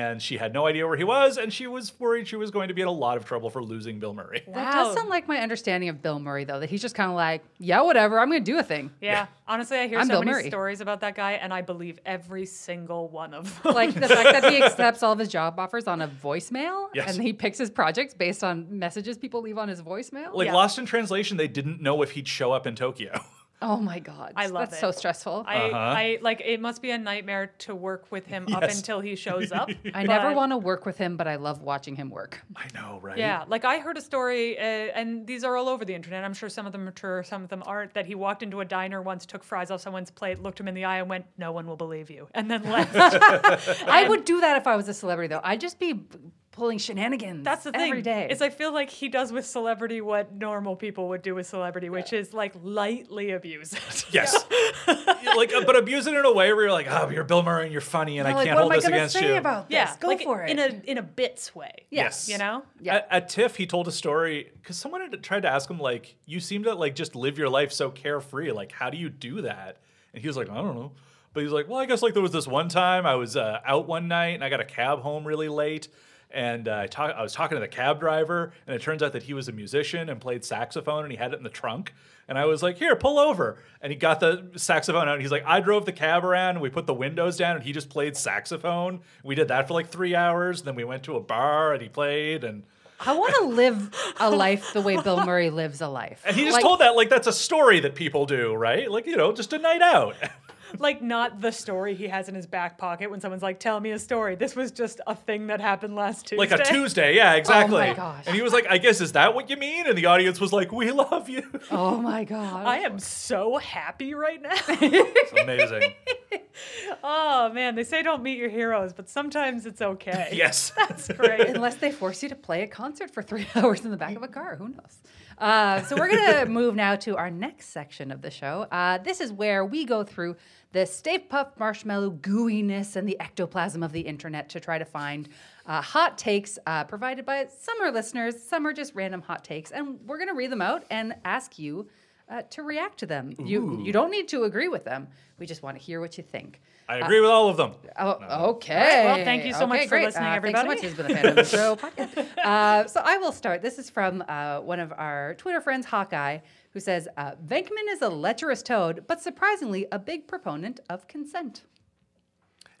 C: and she had no idea where he was, and she was worried she was going to be in a lot of trouble for losing Bill Murray.
B: That does
A: Wow.
B: sound like my understanding of Bill Murray, though, that he's just kind of like, yeah, whatever, I'm going to do a thing.
A: Yeah. Honestly, I hear
B: I'm
A: so
B: Bill
A: many
B: Murray.
A: stories about that guy, and I believe every single one of them.
B: Like the fact that he accepts all of his job offers on a voicemail
C: Yes.
B: and he picks his projects based on messages people leave on his voicemail.
C: Like
A: Yeah.
C: Lost in Translation, they didn't know if he'd show up in Tokyo.
B: oh my God.
A: I love
B: That's
A: it.
B: so stressful. I,
A: I,
C: Uh-huh.
A: I like it must be a nightmare to work with him up
C: Yes.
A: until he shows up.
B: never
A: but-
B: want to work with him, but I love watching him work.
C: I know, right?
A: Yeah, like I heard a story, uh, and these are all over the internet. I'm sure some of them are true, some of them aren't. That he walked into a diner once, took fries off someone's plate, looked him in the eye, and went, "No one will believe you," and then left.
B: I would do that if I was a celebrity, though. I'd just be b- pulling shenanigans
A: That's the thing.
B: every day.
A: Is I feel like he does with celebrity what normal people would do with celebrity, which is like lightly abuse it.
C: Yes. You- like, uh, but abuse it in a way where you're like, oh, you're Bill Murray and you're funny, and I
B: like,
C: can't
B: what
C: hold
B: am I
C: this
B: gonna
C: against
B: say
C: you.
B: about this?
A: Yeah,
B: Go
A: like
B: for it.
A: in a in a bits way.
C: Yes.
A: you know.
B: Yeah.
C: At, at TIFF, he told a story because someone had tried to ask him, like, you seem to like just live your life so carefree. Like, how do you do that? And he was like, I don't know. But he's like, well, I guess like there was this one time I was uh, out one night and I got a cab home really late. And uh, I, talk- I was talking to the cab driver, and it turns out that he was a musician and played saxophone, and he had it in the trunk. And I was like, "Here, pull over." And he got the saxophone out. And he's like, "I drove the cab around. And we put the windows down, and he just played saxophone. We did that for like three hours. And then we went to a bar, and he played. And
B: I want to live a life the way Bill Murray lives a life.
C: And he just
B: Like,
C: told that like that's a story that people do, right? Like, you know, just a night out.
A: like not the story he has in his back pocket when someone's like, "Tell me a story." This was just a thing that happened last Tuesday.
C: like a Tuesday.
A: Oh
C: Yeah, exactly.
B: gosh.
C: And he was like, I guess, is that what you mean? And the audience was like, We love you.
B: Oh my God.
A: I am so happy right now.
C: It's amazing.
A: oh man, they say don't meet your heroes, but sometimes it's okay.
C: yes.
A: That's great.
B: Unless they force you to play a concert for three hours in the back of a car, who knows? Uh, so we're gonna move now to our next section of the show. Uh, this is where we go through the Stave Puff marshmallow gooiness and the ectoplasm of the internet to try to find uh, hot takes uh, provided by some are listeners, some are just random hot takes, and we're gonna read them out and ask you. Uh, to react to them, you you don't need to agree with them. We just want to hear what you think.
C: I agree with all of them.
B: Oh, okay.
A: well, thank you so much
B: Okay,
A: for
B: great.
A: listening,
B: Uh,
A: everybody.
B: Thanks so much. This has been a fan of the show podcast. Uh, so I will start. This is from uh, one of our Twitter friends, Hawkeye, who says, uh, Venkman is a lecherous toad, but surprisingly a big proponent of consent.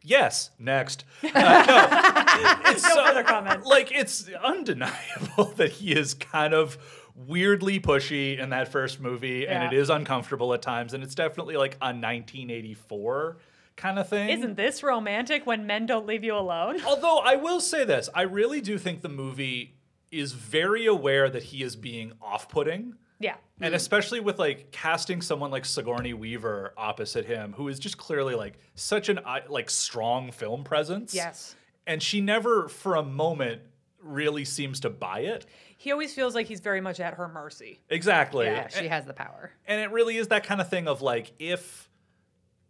C: Yes. Next. Uh, no. It's
A: No
C: so-
A: further comment.
C: Like it's undeniable that he is kind of weirdly pushy in that first movie, and
A: Yeah.
C: it is uncomfortable at times, and it's definitely like a 1984 kind of thing.
A: Isn't this romantic when men don't leave you alone?
C: Although I will say this, I really do think the movie is very aware that he is being off-putting.
A: Yeah.
C: And especially with like casting someone like Sigourney Weaver opposite him, who is just clearly like such an eye- like strong film presence.
A: Yes.
C: And she never for a moment really seems to buy it.
A: He always feels like he's very much at her mercy.
C: Exactly.
B: Yeah, she has the power.
C: and it really is that kind of thing of like if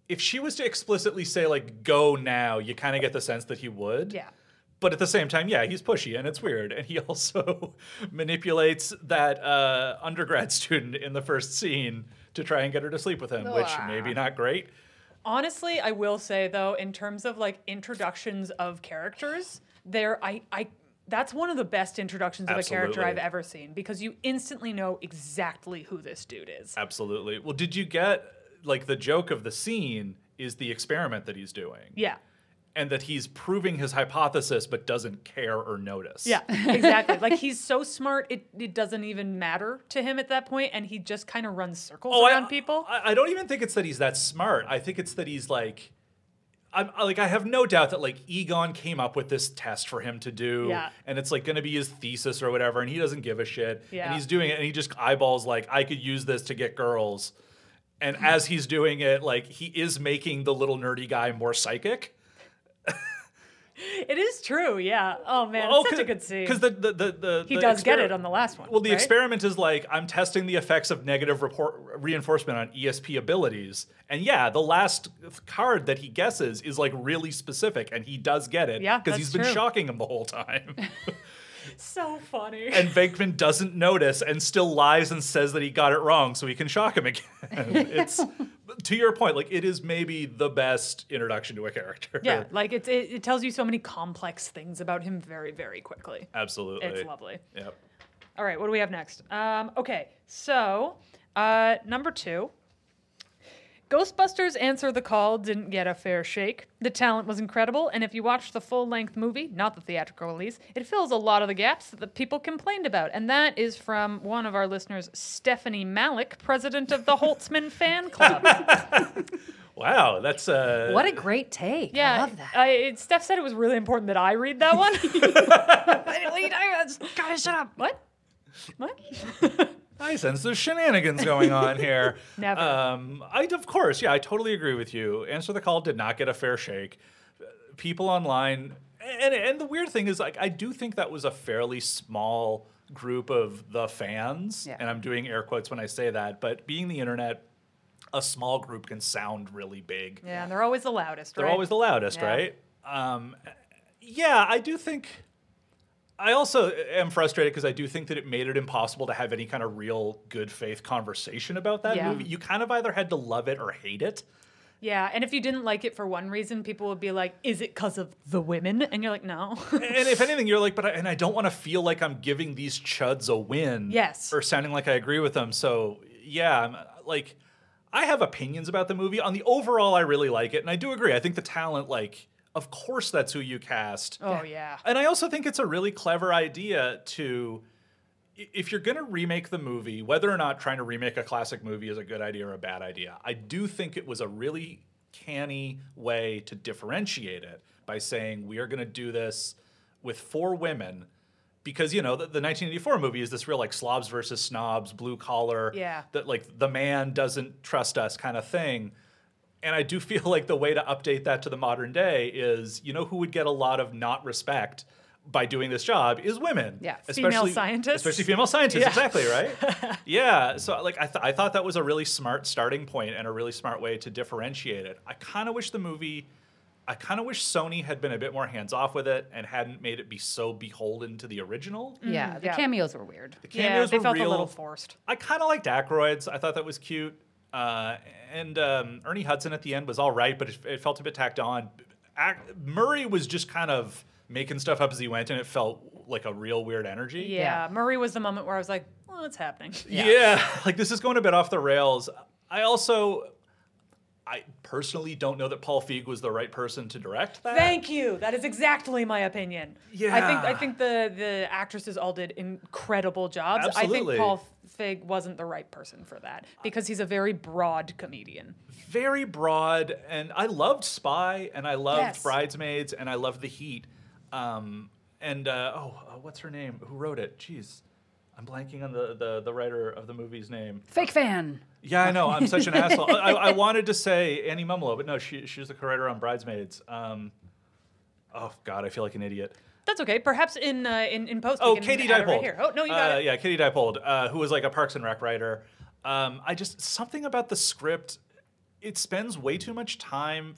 C: if she was to explicitly say like go now, you kind of get the sense that he would.
A: Yeah.
C: But at the same time, yeah, he's pushy and it's weird. And he also manipulates that uh, undergrad student in the first scene to try and get her to sleep with him, which
B: Ugh.
C: maybe not great.
A: Honestly, I will say though, in terms of like introductions of characters, there I I that's one of the best introductions of a character
C: Absolutely.
A: I've ever seen because you instantly know exactly who this dude is.
C: Absolutely. Well, did you get like the joke of the scene is the experiment that he's doing
A: Yeah.
C: and that he's proving his hypothesis but doesn't care or notice?
A: Yeah, exactly. like he's so smart, it, it doesn't even matter to him at that point, and he just kind of runs circles around
C: Oh, I,
A: people.
C: I, I don't even think it's that he's that smart. I think it's that he's like, I'm I- like, I have no doubt that like Egon came up with this test for him to do,
A: Yeah.
C: and it's like going to be his thesis or whatever, and he doesn't give a shit,
A: Yeah.
C: and he's doing it, and he just eyeballs like, I could use this to get girls, and as he's doing it, like he is making the little nerdy guy more psychic.
A: it is true, yeah. Oh man, it's such a good scene.
C: Because the the the, the
A: he
C: the
A: does get
C: exper-
A: it on the last one.
C: Well, the
A: right?
C: experiment is like I'm testing the effects of negative report reinforcement on ESP abilities, and yeah, the last card that he guesses is like really specific, and he does get it,
A: Yeah,
C: because
A: that's
C: he's been
A: true.
C: shocking him the whole time,
A: so funny.
C: and Venkman doesn't notice and still lies and says that he got it wrong so he can shock him again. it's to your point, like it is maybe the best introduction to a character.
A: Yeah, like it's, it, it tells you so many complex things about him very, very quickly.
C: absolutely.
A: It's lovely.
C: Yep.
A: All right, what do we have next? Um, okay, so uh, number two. Ghostbusters Answer the Call didn't get a fair shake. The talent was incredible, and if you watch the full length movie, not the theatrical release, it fills a lot of the gaps that the people complained about. And that is from one of our listeners, Stephanie Malik, president of the Holtzman Fan Club.
C: Wow, that's uh,
B: What a great take.
A: Yeah, Uh,
B: I love that.
A: I, it, Steph said it was really important that I read that one. I didn't read- I was- God, shut up. What? What?
C: I sense there's shenanigans going on here.
A: Never.
C: Um, I of course, yeah, I totally agree with you. Answer the call did not get a fair shake. Uh, People online, and and the weird thing is, like, I do think that was a fairly small group of the fans,
B: Yeah.
C: and I'm doing air quotes when I say that. But being the internet, a small group can sound really big.
A: Yeah, and they're always the loudest,
C: They're
A: right?
C: always the loudest,
A: Yeah.
C: right? Um, yeah, I do think. I also am frustrated because I do think that it made it impossible to have any kind of real good faith conversation about that
A: Yeah.
C: movie. You kind of either had to love it or hate it.
A: Yeah, and if you didn't like it for one reason, people would be like, "Is it because of the women?" And you're like, "No."
C: And if anything, you're like, but I, and I don't want to feel like I'm giving these chuds a win.
A: Yes.
C: Or sounding like I agree with them. So yeah, I'm, like I have opinions about the movie. On the overall, I really like it, and I do agree. I think the talent, like, of course, that's who you cast.
A: oh yeah.
C: And I also think it's a really clever idea to, i- if you're going to remake the movie, whether or not trying to remake a classic movie is a good idea or a bad idea, I do think it was a really canny way to differentiate it by saying, we are going to do this with four women. Because you know the, the 1984 movie is this real like slobs versus snobs, blue collar,
A: Yeah.
C: that like the man doesn't trust us kind of thing. And I do feel like the way to update that to the modern day is, you know, who would get a lot of not respect by doing this job is women.
B: Yeah,
A: female scientists.
C: Especially female scientists,
A: Yeah.
C: exactly, right? yeah. So, like, I, th- I thought that was a really smart starting point and a really smart way to differentiate it. I kind of wish the movie, I kind of wish Sony had been a bit more hands off with it and hadn't made it be so beholden to the original.
B: yeah, the
A: Mm-hmm. yeah.
B: cameos were weird.
C: The
A: Mm. Yeah,
C: cameos
A: they
C: were
A: felt a
C: real.
A: little forced.
C: I kind of liked Ackroyd's. I thought that was cute. Uh, and um, Ernie Hudson at the end was all right, but it, it felt a bit tacked on. Ac- Murray was just kind of making stuff up as he went, and it felt like a real weird energy.
A: Yeah, Murray was the moment where I was like, "Well, what's happening?"
C: Yeah. like this is going a bit off the rails. I also, I personally don't know that Paul Feig was the right person to direct that.
A: Thank you. That is exactly my opinion. I think I
C: Yeah.
A: think the the actresses all did incredible jobs. I
C: Absolutely.
A: think Paul Fig wasn't the right person for that because he's a very broad comedian.
C: very broad and i loved spy and i loved
A: Yes.
C: bridesmaids and i loved the heat um, and uh, oh uh, what's her name who wrote it jeez i'm blanking on the, the, the writer of the movie's name
B: Fake fan.
C: yeah i know i'm such an asshole I, I wanted to say annie mumlow but no she, she was the co-writer on bridesmaids um, oh god i feel like an idiot
A: That's okay. Perhaps in uh, in in post. we
C: Oh,
A: can
C: Katie
A: add it
C: Dipold.
A: right here. Oh no, you got
C: Uh,
A: it.
C: Yeah, Katie Dipold, uh, who was like a Parks and Rec writer. Um, I just something about the script. It spends way too much time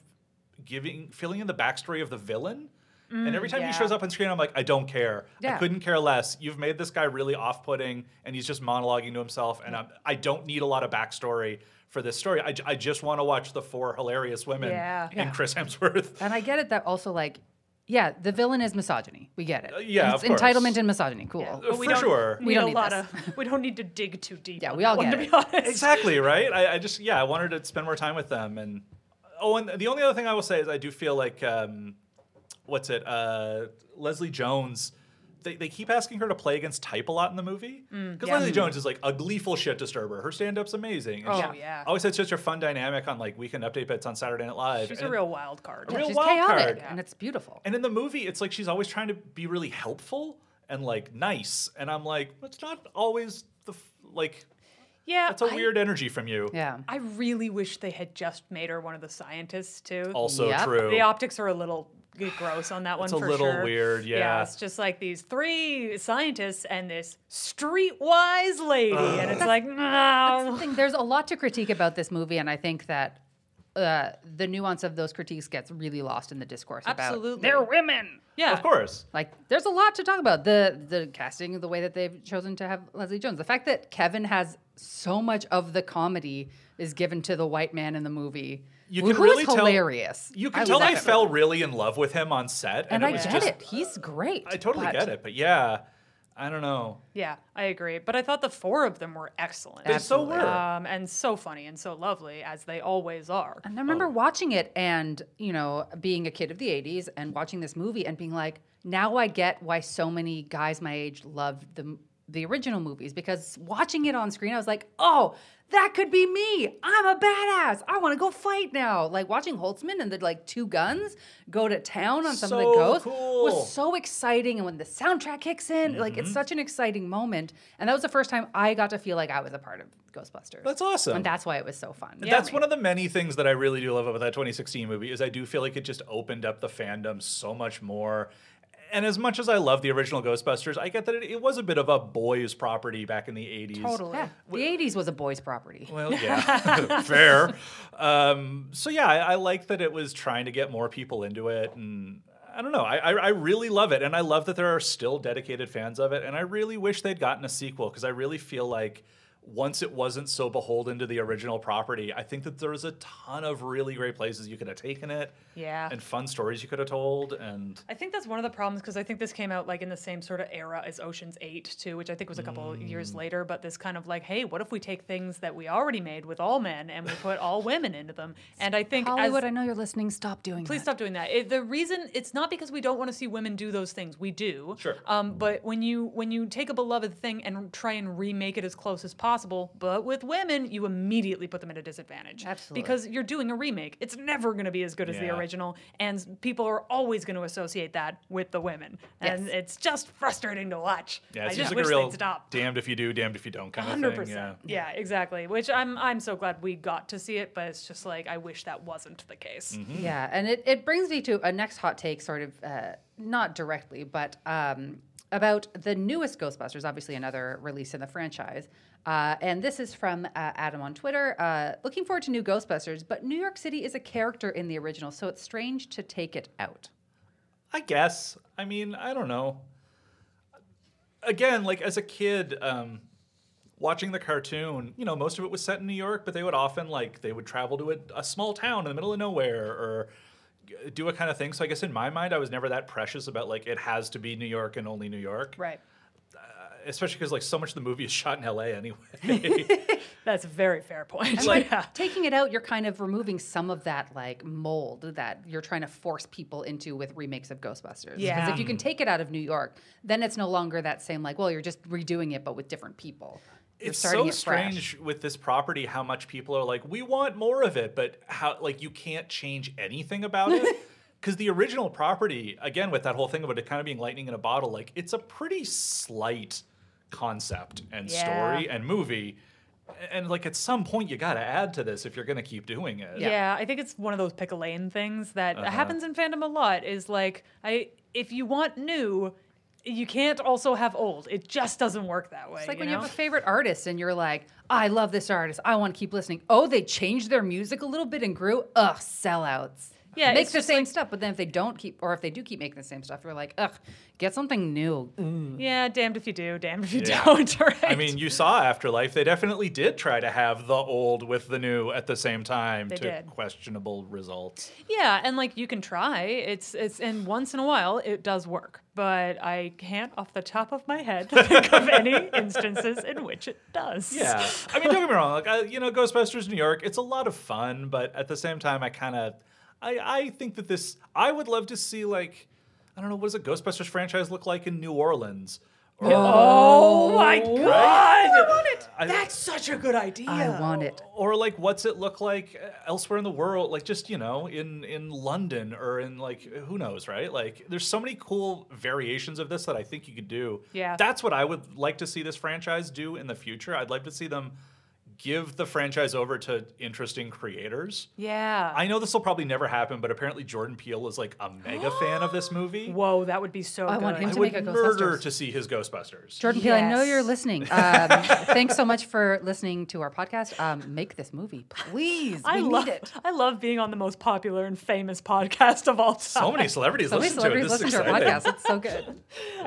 C: giving filling in the backstory of the villain. and every time
A: Mm, yeah.
C: he shows up on screen, I'm like, I don't care.
B: Yeah.
C: I couldn't care less. You've made this guy really off-putting, and he's just monologuing to himself. And I'm, I don't need a lot of backstory for this story. I, j- I just want to watch the four hilarious women
A: Yeah.
C: and
B: Yeah.
C: Chris Hemsworth.
B: And I get it that also like, yeah, the villain is misogyny. We get it.
C: Uh, yeah,
B: it's
C: of course.
B: entitlement and misogyny. Cool.
A: But we
C: for
A: don't
C: sure.
A: Need
B: We don't
A: a
B: need
A: lot
B: this.
A: of. We don't need to dig too deep.
B: Yeah,
A: on
B: we
A: that
B: all
A: one,
B: get
A: to
B: it.
A: be honest.
C: exactly right I, I just yeah i wanted to spend more time with them and oh and the only other thing i will say is i do feel like um what's it uh leslie jones they, they keep asking her to play against type a lot in the movie because
A: Mm, yeah.
C: leslie jones is like a gleeful shit disturber her stand-up's amazing and
A: Oh,
C: she
A: yeah.
C: always had such a fun dynamic on like weekend update bits on saturday night live
A: She's a
C: And-
A: real wild card.
C: real
B: She's
C: wild
B: chaotic
C: card.
B: and it's beautiful.
C: and in the movie, it's like she's always trying to be really helpful and like nice, and I'm like, that's not always the f- like.
A: Yeah,
C: That's a
A: I-
C: weird energy from you.
B: yeah.
A: I really wish they had just made her one of the scientists too.
C: Also
B: Yep.
C: true.
A: The optics are a little g- gross on that one.
C: It's a
A: for
C: little
A: sure.
C: weird, yeah.
A: it's just like these three scientists and this streetwise lady, and it's like
B: That's the
A: no.
B: thing. There's a lot to critique about this movie, and I think that uh, the nuance of those critiques gets really lost in the discourse
A: Absolutely.
B: about they're women.
A: Yeah.
C: Of course.
B: Like, there's a lot to talk about. The the casting, the way that they've chosen to have Leslie Jones, the fact that Kevin has so much of the comedy is given to the white man in the movie.
C: You
B: who
C: can
B: is
C: really tell-
B: hilarious.
C: You can
B: I
C: tell
B: love
C: I
B: him.
C: fell really in love with him on set,
B: and
C: and,
B: I
C: it was
B: get
C: just
B: it. He's great.
C: I totally
B: but-
C: get it, but yeah, I don't know.
A: Yeah, I agree. But I thought the four of them were excellent.
C: They so
B: Absolutely.
C: were.
A: Um, and so funny and so lovely as they always are.
C: Oh.
B: And I remember watching it and, you know, being a kid of the 80s and watching this movie and being like, now I get why so many guys my age loved the, m- the original movies because watching it on screen, I was like, oh, that could be me. I'm a badass. I want to go fight now. Like watching Holtzman and the like two guns go to town on some of the
C: So
B: ghosts
C: cool. Mm-hmm.
B: was so exciting. And when the soundtrack kicks in, like it's such an exciting moment. And that was the first time I got to feel like I was a part of Ghostbusters.
C: That's awesome.
B: And that's why it was so fun.
C: That's one of the many things that I really do love about that 2016 movie is I do feel like it just opened up the fandom so much more. And as much as I love the original Ghostbusters, I get that it, it was a bit of a boys' property back in the 80s.
A: Totally.
B: Yeah, the '80s was a boys' property.
C: Well, yeah, fair. Um, so yeah, I, I like that it was trying to get more people into it, and I don't know, I, I I really love it, and I love that there are still dedicated fans of it, and I really wish they'd gotten a sequel because I really feel like once it wasn't so beholden to the original property, I think that there was a ton of really great places you could have taken it,
A: Yeah.
C: and fun stories you could have told, and
A: I think that's one of the problems because I think this came out like in the same sort of era as Ocean's Eight too, which I think was a couple of years later. But this kind of like, hey, what if we take things that we already made with all men and we put all women into them? And I think as-
B: Hollywood, I know you're listening. Stop doing.
A: Please
B: that.
A: stop doing that. It- the reason it's not because we don't want to see women do those things. We do.
C: Sure.
A: Um, but when you when you take a beloved thing and try and remake it as close as possible, but with women, you immediately put them at a disadvantage.
B: Absolutely.
A: Because you're doing a remake. It's never going to be as good as the
C: Yeah.
A: original, and s- people are always going to associate that with the women, and
B: Yes.
A: it's just frustrating to watch.
C: yeah,
A: I
C: it's
A: just
C: just like
A: wish
C: a real
A: they'd stop.
C: damned if you do, damned if you don't kind
A: Hundred
C: of thing. Yeah.
A: percent. Yeah, exactly. Which I'm I'm so glad we got to see it, but it's just like I wish that wasn't the case.
C: Mm.
B: Yeah, and it, it brings me to a next hot take, sort of uh, not directly, but um, about the newest Ghostbusters, obviously another release in the franchise. Uh, and this is from uh, Adam on Twitter. Uh, Looking forward to new Ghostbusters, but New York City is a character in the original, so it's strange to take it out.
C: I guess. I mean, I don't know. Again, like as a kid, um, watching the cartoon, you know, most of it was set in New York, but they would often like they would travel to a, a small town in the middle of nowhere or g- do a kind of thing. So I guess in my mind, I was never that precious about like it has to be New York and only New York,
A: Right.
C: especially because like so much of the movie is shot in L.A. anyway.
A: That's a very fair point.
C: like-
A: yeah.
B: Taking it out, you're kind of removing some of that like mold that you're trying to force people into with remakes of Ghostbusters.
A: Yeah.
B: Because if you can take it out of New York, then it's no longer that same like, well, you're just redoing it but with different people. You're
C: it's
B: starting
C: so
B: it fresh.
C: strange with this property how much people are like we want more of it but how like you can't change anything about it because the original property again with that whole thing about it kind of being lightning in a bottle like it's a pretty slight concept and
A: Yeah.
C: story and movie A- and like at some point you got to add to this if you're going to keep doing it
A: yeah. I think it's one of those pick a lane things that
C: Uh-huh.
A: happens in fandom a lot is like I if you want new, you can't also have old. It just doesn't work that way.
B: It's like
A: you
B: when you
A: know?
B: have a favorite artist and you're like, "Oh, I love this artist. I want to keep listening. Oh, they changed their music a little bit and grew. Ugh, sellouts.
A: Yeah,
B: make
A: it's
B: the
A: just
B: same
A: like-
B: stuff, but then if they don't keep, or if they do keep making the same stuff, you're like, ugh, get something new.
A: yeah, damned if you do, damned if you
C: Hmm. Yeah.
A: don't. Right?
C: I mean, you saw Afterlife. They definitely did try to have the old with the new at the same time
A: They
C: to
A: did.
C: questionable results.
A: yeah, and like you can try. It's it's and once in a while it does work, but I can't off the top of my head think of any instances in which it does.
C: Yeah, I mean, don't get me wrong. Like, I, you know, Ghostbusters New York, it's a lot of fun, but at the same time, I kind of, I, I think that this, I would love to see like, I don't know, what does a Ghostbusters franchise look like in New Orleans? Or,
A: Oh my god!
C: I-
A: such a good idea.
B: I want it.
C: or like, what's it look like uh, elsewhere in the world? Like, just you know, in in London or in like, who knows, right? Like, there's so many cool variations of this that I think you could do.
A: Yeah.
C: that's what I would like to see this franchise do in the future. I'd like to see them give the franchise over to interesting creators.
A: Yeah.
C: I know this will probably never happen, but apparently Jordan Peele is like a mega fan of this movie.
A: Whoa, that would be so
B: I
A: good.
B: want him
C: I
B: to
C: would
B: make a
C: murder
B: Ghostbusters.
C: to see his Ghostbusters.
B: Jordan Peele, I know you're
A: Yes.
B: listening. Um, thanks so much for listening to our podcast. Um, make this movie, please.
A: I
B: we
A: love
B: need it.
A: I love being on the most popular and famous podcast of all time.
C: so many celebrities
B: So many
C: listen
B: celebrities
C: to it. This
B: listen
C: is
B: to our Uh,
C: exciting.
B: podcast. It's so good.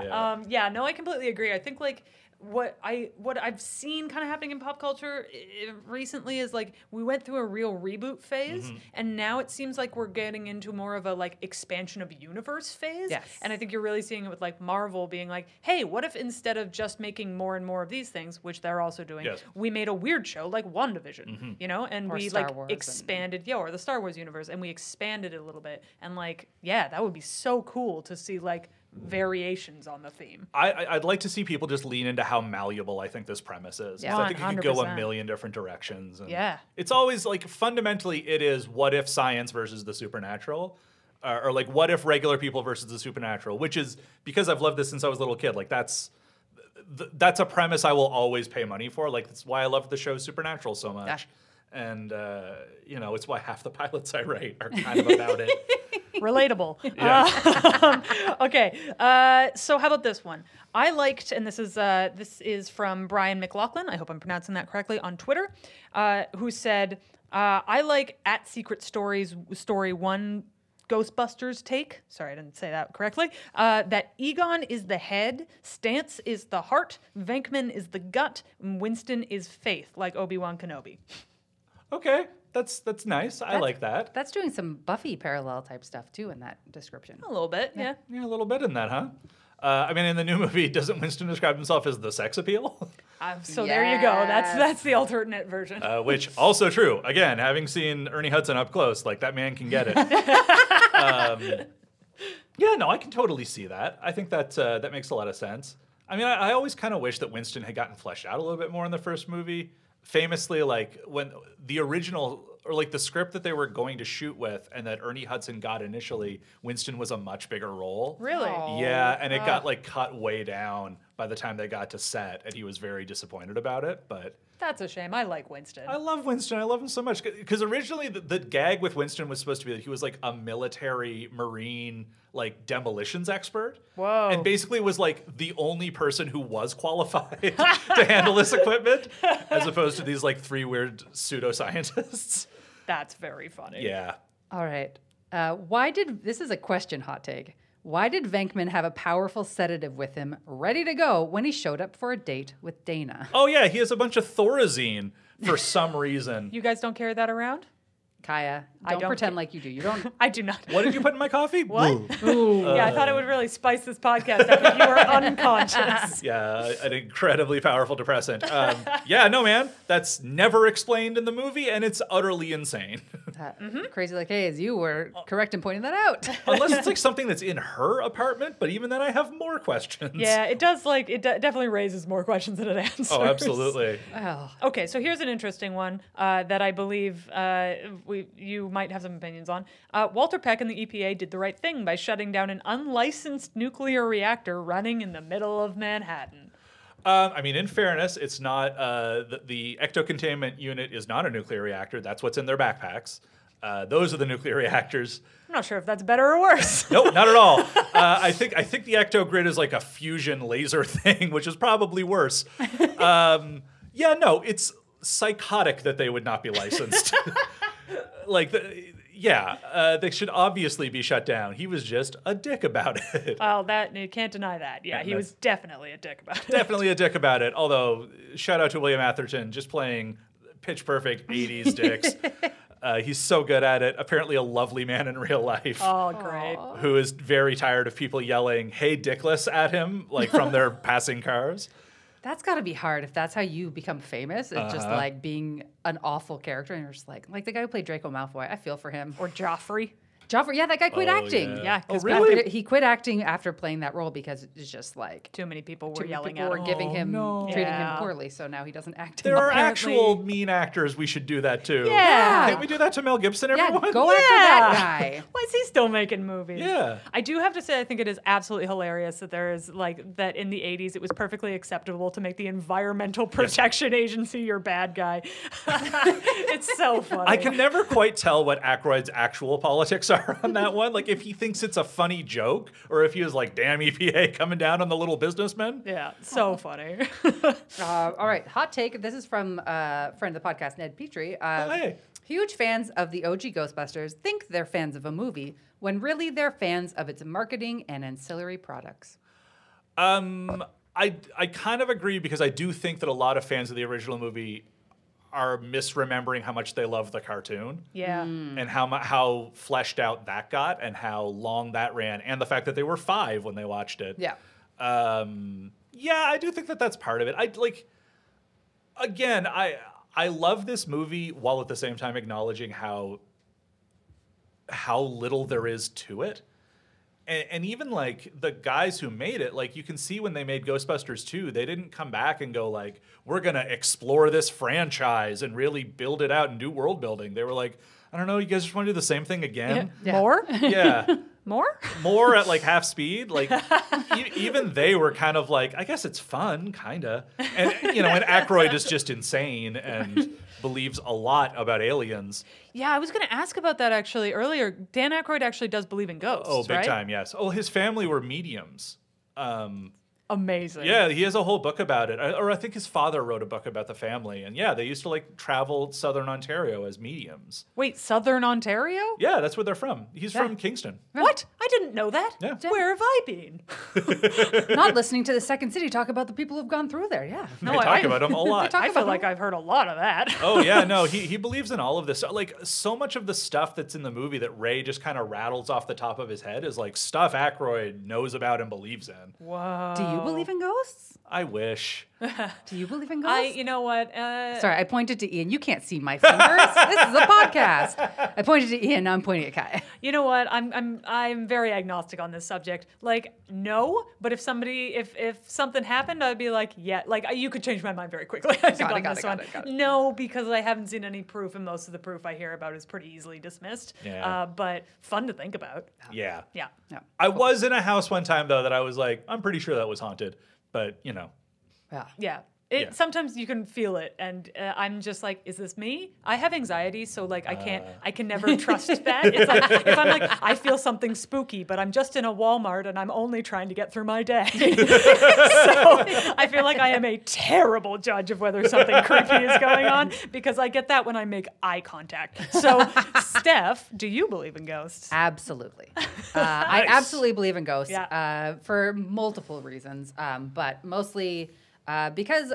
C: Yeah.
A: Um, yeah, no, I completely agree. I think like what I what I've seen kind of happening in pop culture i- recently is like we went through a real reboot phase,
C: Mm-hmm.
A: and now it seems like we're getting into more of a like expansion of universe phase.
B: Yes.
A: And I think you're really seeing it with like Marvel being like, hey, what if instead of just making more and more of these things, which they're also doing,
C: Yes. Mm-hmm.
A: we made a weird show like WandaVision, you know, and
B: Or
A: we
B: Star
A: like
B: Wars and-
A: expanded, yeah, or the Star Wars universe, and we expanded it a little bit, and like, yeah, that would be so cool to see like variations on the theme.
C: I, I- I'd like to see people just lean into how malleable I think this premise is. 'cause
A: Yeah. Oh,
C: I think it could go a
A: 100%.
C: million different directions. and
A: Yeah.
C: It's always like fundamentally, it is what if science versus the supernatural? Or, or like what if regular people versus the supernatural? Which is because I've loved this since I was a little kid. Like that's. Th- that's a premise I will always pay money for. Like that's why I love the show Supernatural so much, and uh, you know it's why half the pilots I write are kind of about it.
A: Relatable.
C: Yeah.
A: Um, okay. Uh, so how about this one? I liked, and this is uh, this is from Brian McLaughlin. I hope I'm pronouncing that correctly on Twitter, uh, who said, uh, "I like at Secret Stories story one." Ghostbusters take, sorry, I didn't say that correctly, uh, that Egon is the head, Stance is the heart, Venkman is the gut, and Winston is faith, like Obi Wan Kenobi.
C: Okay, that's that's nice. I like that.
B: That's doing some Buffy parallel type stuff too in that description.
A: A little bit, yeah.
C: Yeah, a little bit in that, huh? Uh, I mean, in the new movie, doesn't Winston describe himself as the sex appeal?
A: Uh, so there you go. That's
B: Yes.
A: that's the alternate version.
C: Uh, which also true. Again, having seen Ernie Hudson up close, like that man can get it. um, yeah, no, I can totally see that. I think that uh, that makes a lot of sense. I mean, I, I always kind of wish that Winston had gotten fleshed out a little bit more in the first movie. Famously, like when the original or like the script that they were going to shoot with, and that Ernie Hudson got initially, Winston was a much bigger role.
A: really?
B: Aw.
C: Yeah, and it got like cut way down by the time they got to set, and he was very disappointed about it. But
A: That's a shame. I like Winston.
C: I love Winston. I love him so much because originally the, the gag with Winston was supposed to be that he was like a military marine like demolitions expert.
A: Whoa.
C: And basically was like the only person who was qualified to handle this equipment, as opposed to these like three weird pseudoscientists.
A: That's very funny.
C: Yeah.
B: All right. Uh, why did this is a question hot take? Why did Venkman have a powerful sedative with him, ready to go, when he showed up for a date with Dana?
C: Oh yeah, he has a bunch of Thorazine for some reason.
A: You guys don't carry that around?
B: Kaya,
A: I
B: don't,
A: don't
B: pretend
A: ca-
B: like you do. You don't. uh,
A: I do not.
C: what did you put in my coffee?
A: What? yeah, I thought it would really spice this podcast up if you were unconscious.
C: Yeah, an incredibly powerful depressant. Um, yeah, no, man, that's never explained in the movie, and it's utterly insane.
B: Uh,
C: Mm-hmm.
B: Crazy like hey, as you were correct in pointing that out.
C: Unless it's like something that's in her apartment, but even then, I have more questions.
A: Yeah, it does. Like it de- definitely raises more questions than it answers.
C: Oh, absolutely.
B: well,
A: Okay, so here's an interesting one uh, that I believe uh, we, you might have some opinions on. Uh, Walter Peck and the EPA did the right thing by shutting down an unlicensed nuclear reactor running in the middle of Manhattan.
C: Um, I mean, in fairness, it's not uh, the, the ecto containment unit is not a nuclear reactor. That's what's in their backpacks. Uh, those are the nuclear reactors.
A: I'm not sure if that's better or worse.
C: No, not at all. Uh, I think I think the ecto grid is like a fusion laser thing, which is probably worse. Um, yeah, no, it's psychotic that they would not be licensed. like, the, yeah, uh, they should obviously be shut down. He was just a dick about it.
A: Well, that you can't deny that. Yeah,
C: Yeah,
A: he
C: no.
A: was definitely a dick about it.
C: Definitely a dick about it. Although, shout out to William Atherton, just playing pitch perfect '80s dicks. Uh, he's so good at it. Apparently, a lovely man in real life.
A: Oh, great.
C: who is very tired of people yelling "Hey, dickless!" at him, like from their passing cars.
B: that's got to be hard if that's how you become famous. It's just
C: Uh-huh.
B: like being an awful character, and you're just like like the guy who played Draco Malfoy. I feel for him.
A: Or Joffrey.
B: Joffrey, yeah, that guy quit
C: Oh,
B: acting.
C: yeah.
A: Yeah,
C: Oh,
A: 'cause
C: really?
B: After- he quit acting after playing that role because it's just like
A: Too many people were
B: two
A: yelling
B: people
A: at
B: were
A: him.
B: giving him
C: Oh, no.
B: treating
A: Yeah.
B: him poorly, so now he doesn't act.
C: There are
B: anymore.
C: actual mean actors. We should do that too.
A: Yeah.
C: Can't we do that to Mel Gibson,
B: yeah,
C: everyone?
B: go after that guy.
A: Why is he still making movies?
C: Yeah.
A: I do have to say, I think it is absolutely hilarious that there is like that in the 80s, it was perfectly acceptable to make the Environmental Protection Agency your bad guy. it's so funny.
C: I can never quite tell what Aykroyd's actual politics are on that one. Like, if he thinks it's a funny joke, or if he was like, damn EPA coming down on the little businessmen.
A: Yeah, so funny.
B: Uh, all right, hot take. This is from uh, friend of the podcast, Ned Petrie. Uh,
C: Oh, hey.
B: Huge fans of the OG Ghostbusters think they're fans of a movie when really they're fans of its marketing and ancillary products.
C: Um, I I kind of agree because I do think that a lot of fans of the original movie are misremembering how much they love the cartoon
A: yeah.
C: and how mu- how fleshed out that got and how long that ran and the fact that they were five when they watched it.
B: Yeah.
C: Um, yeah, I do think that that's part of it. I like again, I I love this movie while at the same time acknowledging how how little there is to it. And, and even like the guys who made it, like you can see when they made Ghostbusters 2, they didn't come back and go like, we're gonna explore this franchise and really build it out and do world building. They were like, I don't know, you guys just want to do the same thing again?
B: Yeah.
A: More?
C: yeah.
A: More?
C: more at like half speed. Like e- even they were kind of like, I guess it's fun, kinda. And you know, and Aykroyd is just insane and believes a lot about aliens.
A: Yeah, I was going to ask about that actually earlier. Dan Aykroyd actually does believe in ghosts.
C: Oh, big
A: right?
C: time, yes. Oh, his family were mediums. Um,
A: Amazing.
C: yeah, he has a whole book about it, I- or I think his father wrote a book about the family. And yeah, they used to like travel southern Ontario as mediums.
A: Wait, Southern Ontario?
C: Yeah, that's where they're from. He's from Kingston.
A: What? I didn't know that.
C: Yeah.
A: Where have I been?
B: Not listening to the Second City talk about the people who've gone through there. Yeah.
C: they
A: I-
C: talk
A: I-
C: about him a lot.
B: talk
A: I feel
B: about
A: like I've heard a lot of that.
C: oh yeah, no, he he believes in all of this. Like so much of the stuff that's in the movie that Ray just kind of rattles off the top of his head is like stuff Aykroyd knows about and believes in.
A: Wow.
B: Do you believe in ghosts?
C: I wish.
B: Do you believe in ghosts?
A: I, you know what? Uh,
B: Sorry, I pointed to Ian. You can't see my fingers. this is a podcast. I pointed to Ian. Now I'm pointing at Kai.
A: You know what? I'm I'm I'm very agnostic on this subject. Like, no, but if somebody if if something happened, I'd be like, yeah. Like, uh, you could change my mind very quickly. I think
B: Got it,
A: on
B: got it,
A: this
B: got
A: one.
B: it, got it.
A: No, because I haven't seen any proof, and most of the proof I hear about is pretty easily dismissed.
C: Yeah.
A: Uh, but fun to think about.
C: Yeah.
A: Yeah.
B: No.
C: I was in a house one time though that I was like, I'm pretty sure that was haunted, but you know.
B: Yeah.
A: Yeah. It,
C: Yeah.
A: Sometimes you can feel it, and uh, I'm just like, "Is this me?" I have anxiety, so like I can't, I can never trust that. It's like if I'm like, I feel something spooky, but I'm just in a Walmart and I'm only trying to get through my day, so I feel like I am a terrible judge of whether something creepy is going on because I get that when I make eye contact. So, Steph, do you believe in ghosts?
B: Absolutely. Uh, I absolutely believe in ghosts
A: Yeah.
B: uh, for multiple reasons, um, but mostly uh, because,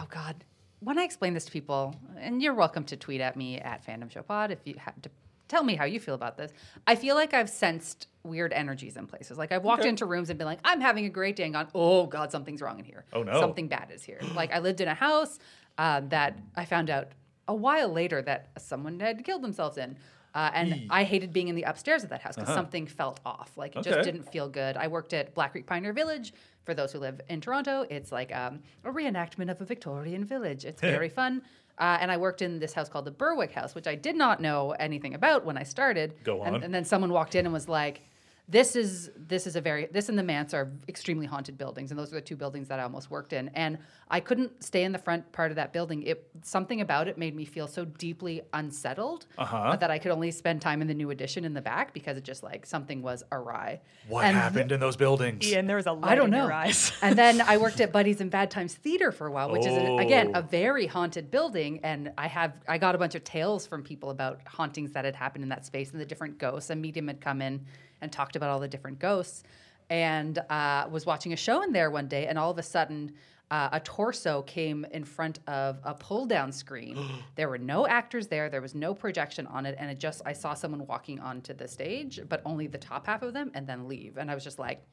B: oh God, when I explain this to people, and you're welcome to tweet at me at Fandom Show Pod if you have to tell me how you feel about this. I feel like I've sensed weird energies in places. Like I've walked into rooms and been like, I'm having a great day and gone, oh God, something's wrong in here.
C: Oh, no.
B: Something bad is here. like I lived in a house uh, that I found out a while later that someone had killed themselves in. Uh, and I hated being in the upstairs of that house because something felt off. Like it
C: Okay.
B: just didn't feel good. I worked at Black Creek Pioneer Village. For those who live in Toronto, it's like um, a reenactment of a Victorian village. It's very fun. Uh, and I worked in this house called the Berwick House, which I did not know anything about when I started.
C: Go
B: And-
C: on.
B: and then someone walked in and was like, "This is this is a very this and the manse are extremely haunted buildings, and those are the two buildings that I almost worked in, and I couldn't stay in the front part of that building. It something about it made me feel so deeply unsettled
C: Uh-huh.
B: uh, that I could only spend time in the new edition in the back because it just like something was awry.
C: What
B: And
C: happened in those buildings?
A: Ian, there's a light
B: I don't
A: in
B: know.
A: your eyes.
B: and then I worked at Buddies and Bad Times Theater for a while, which is a- again
C: Oh.
B: a very haunted building. And I have I got a bunch of tales from people about hauntings that had happened in that space and the different ghosts. A medium had come in and talked about all the different ghosts, and uh, was watching a show in there one day, and all of a sudden. Uh, a torso came in front of a pull down screen. there were no actors there. There was no projection on it. And it just, I saw someone walking onto the stage, but only the top half of them and then leave. And I was just like,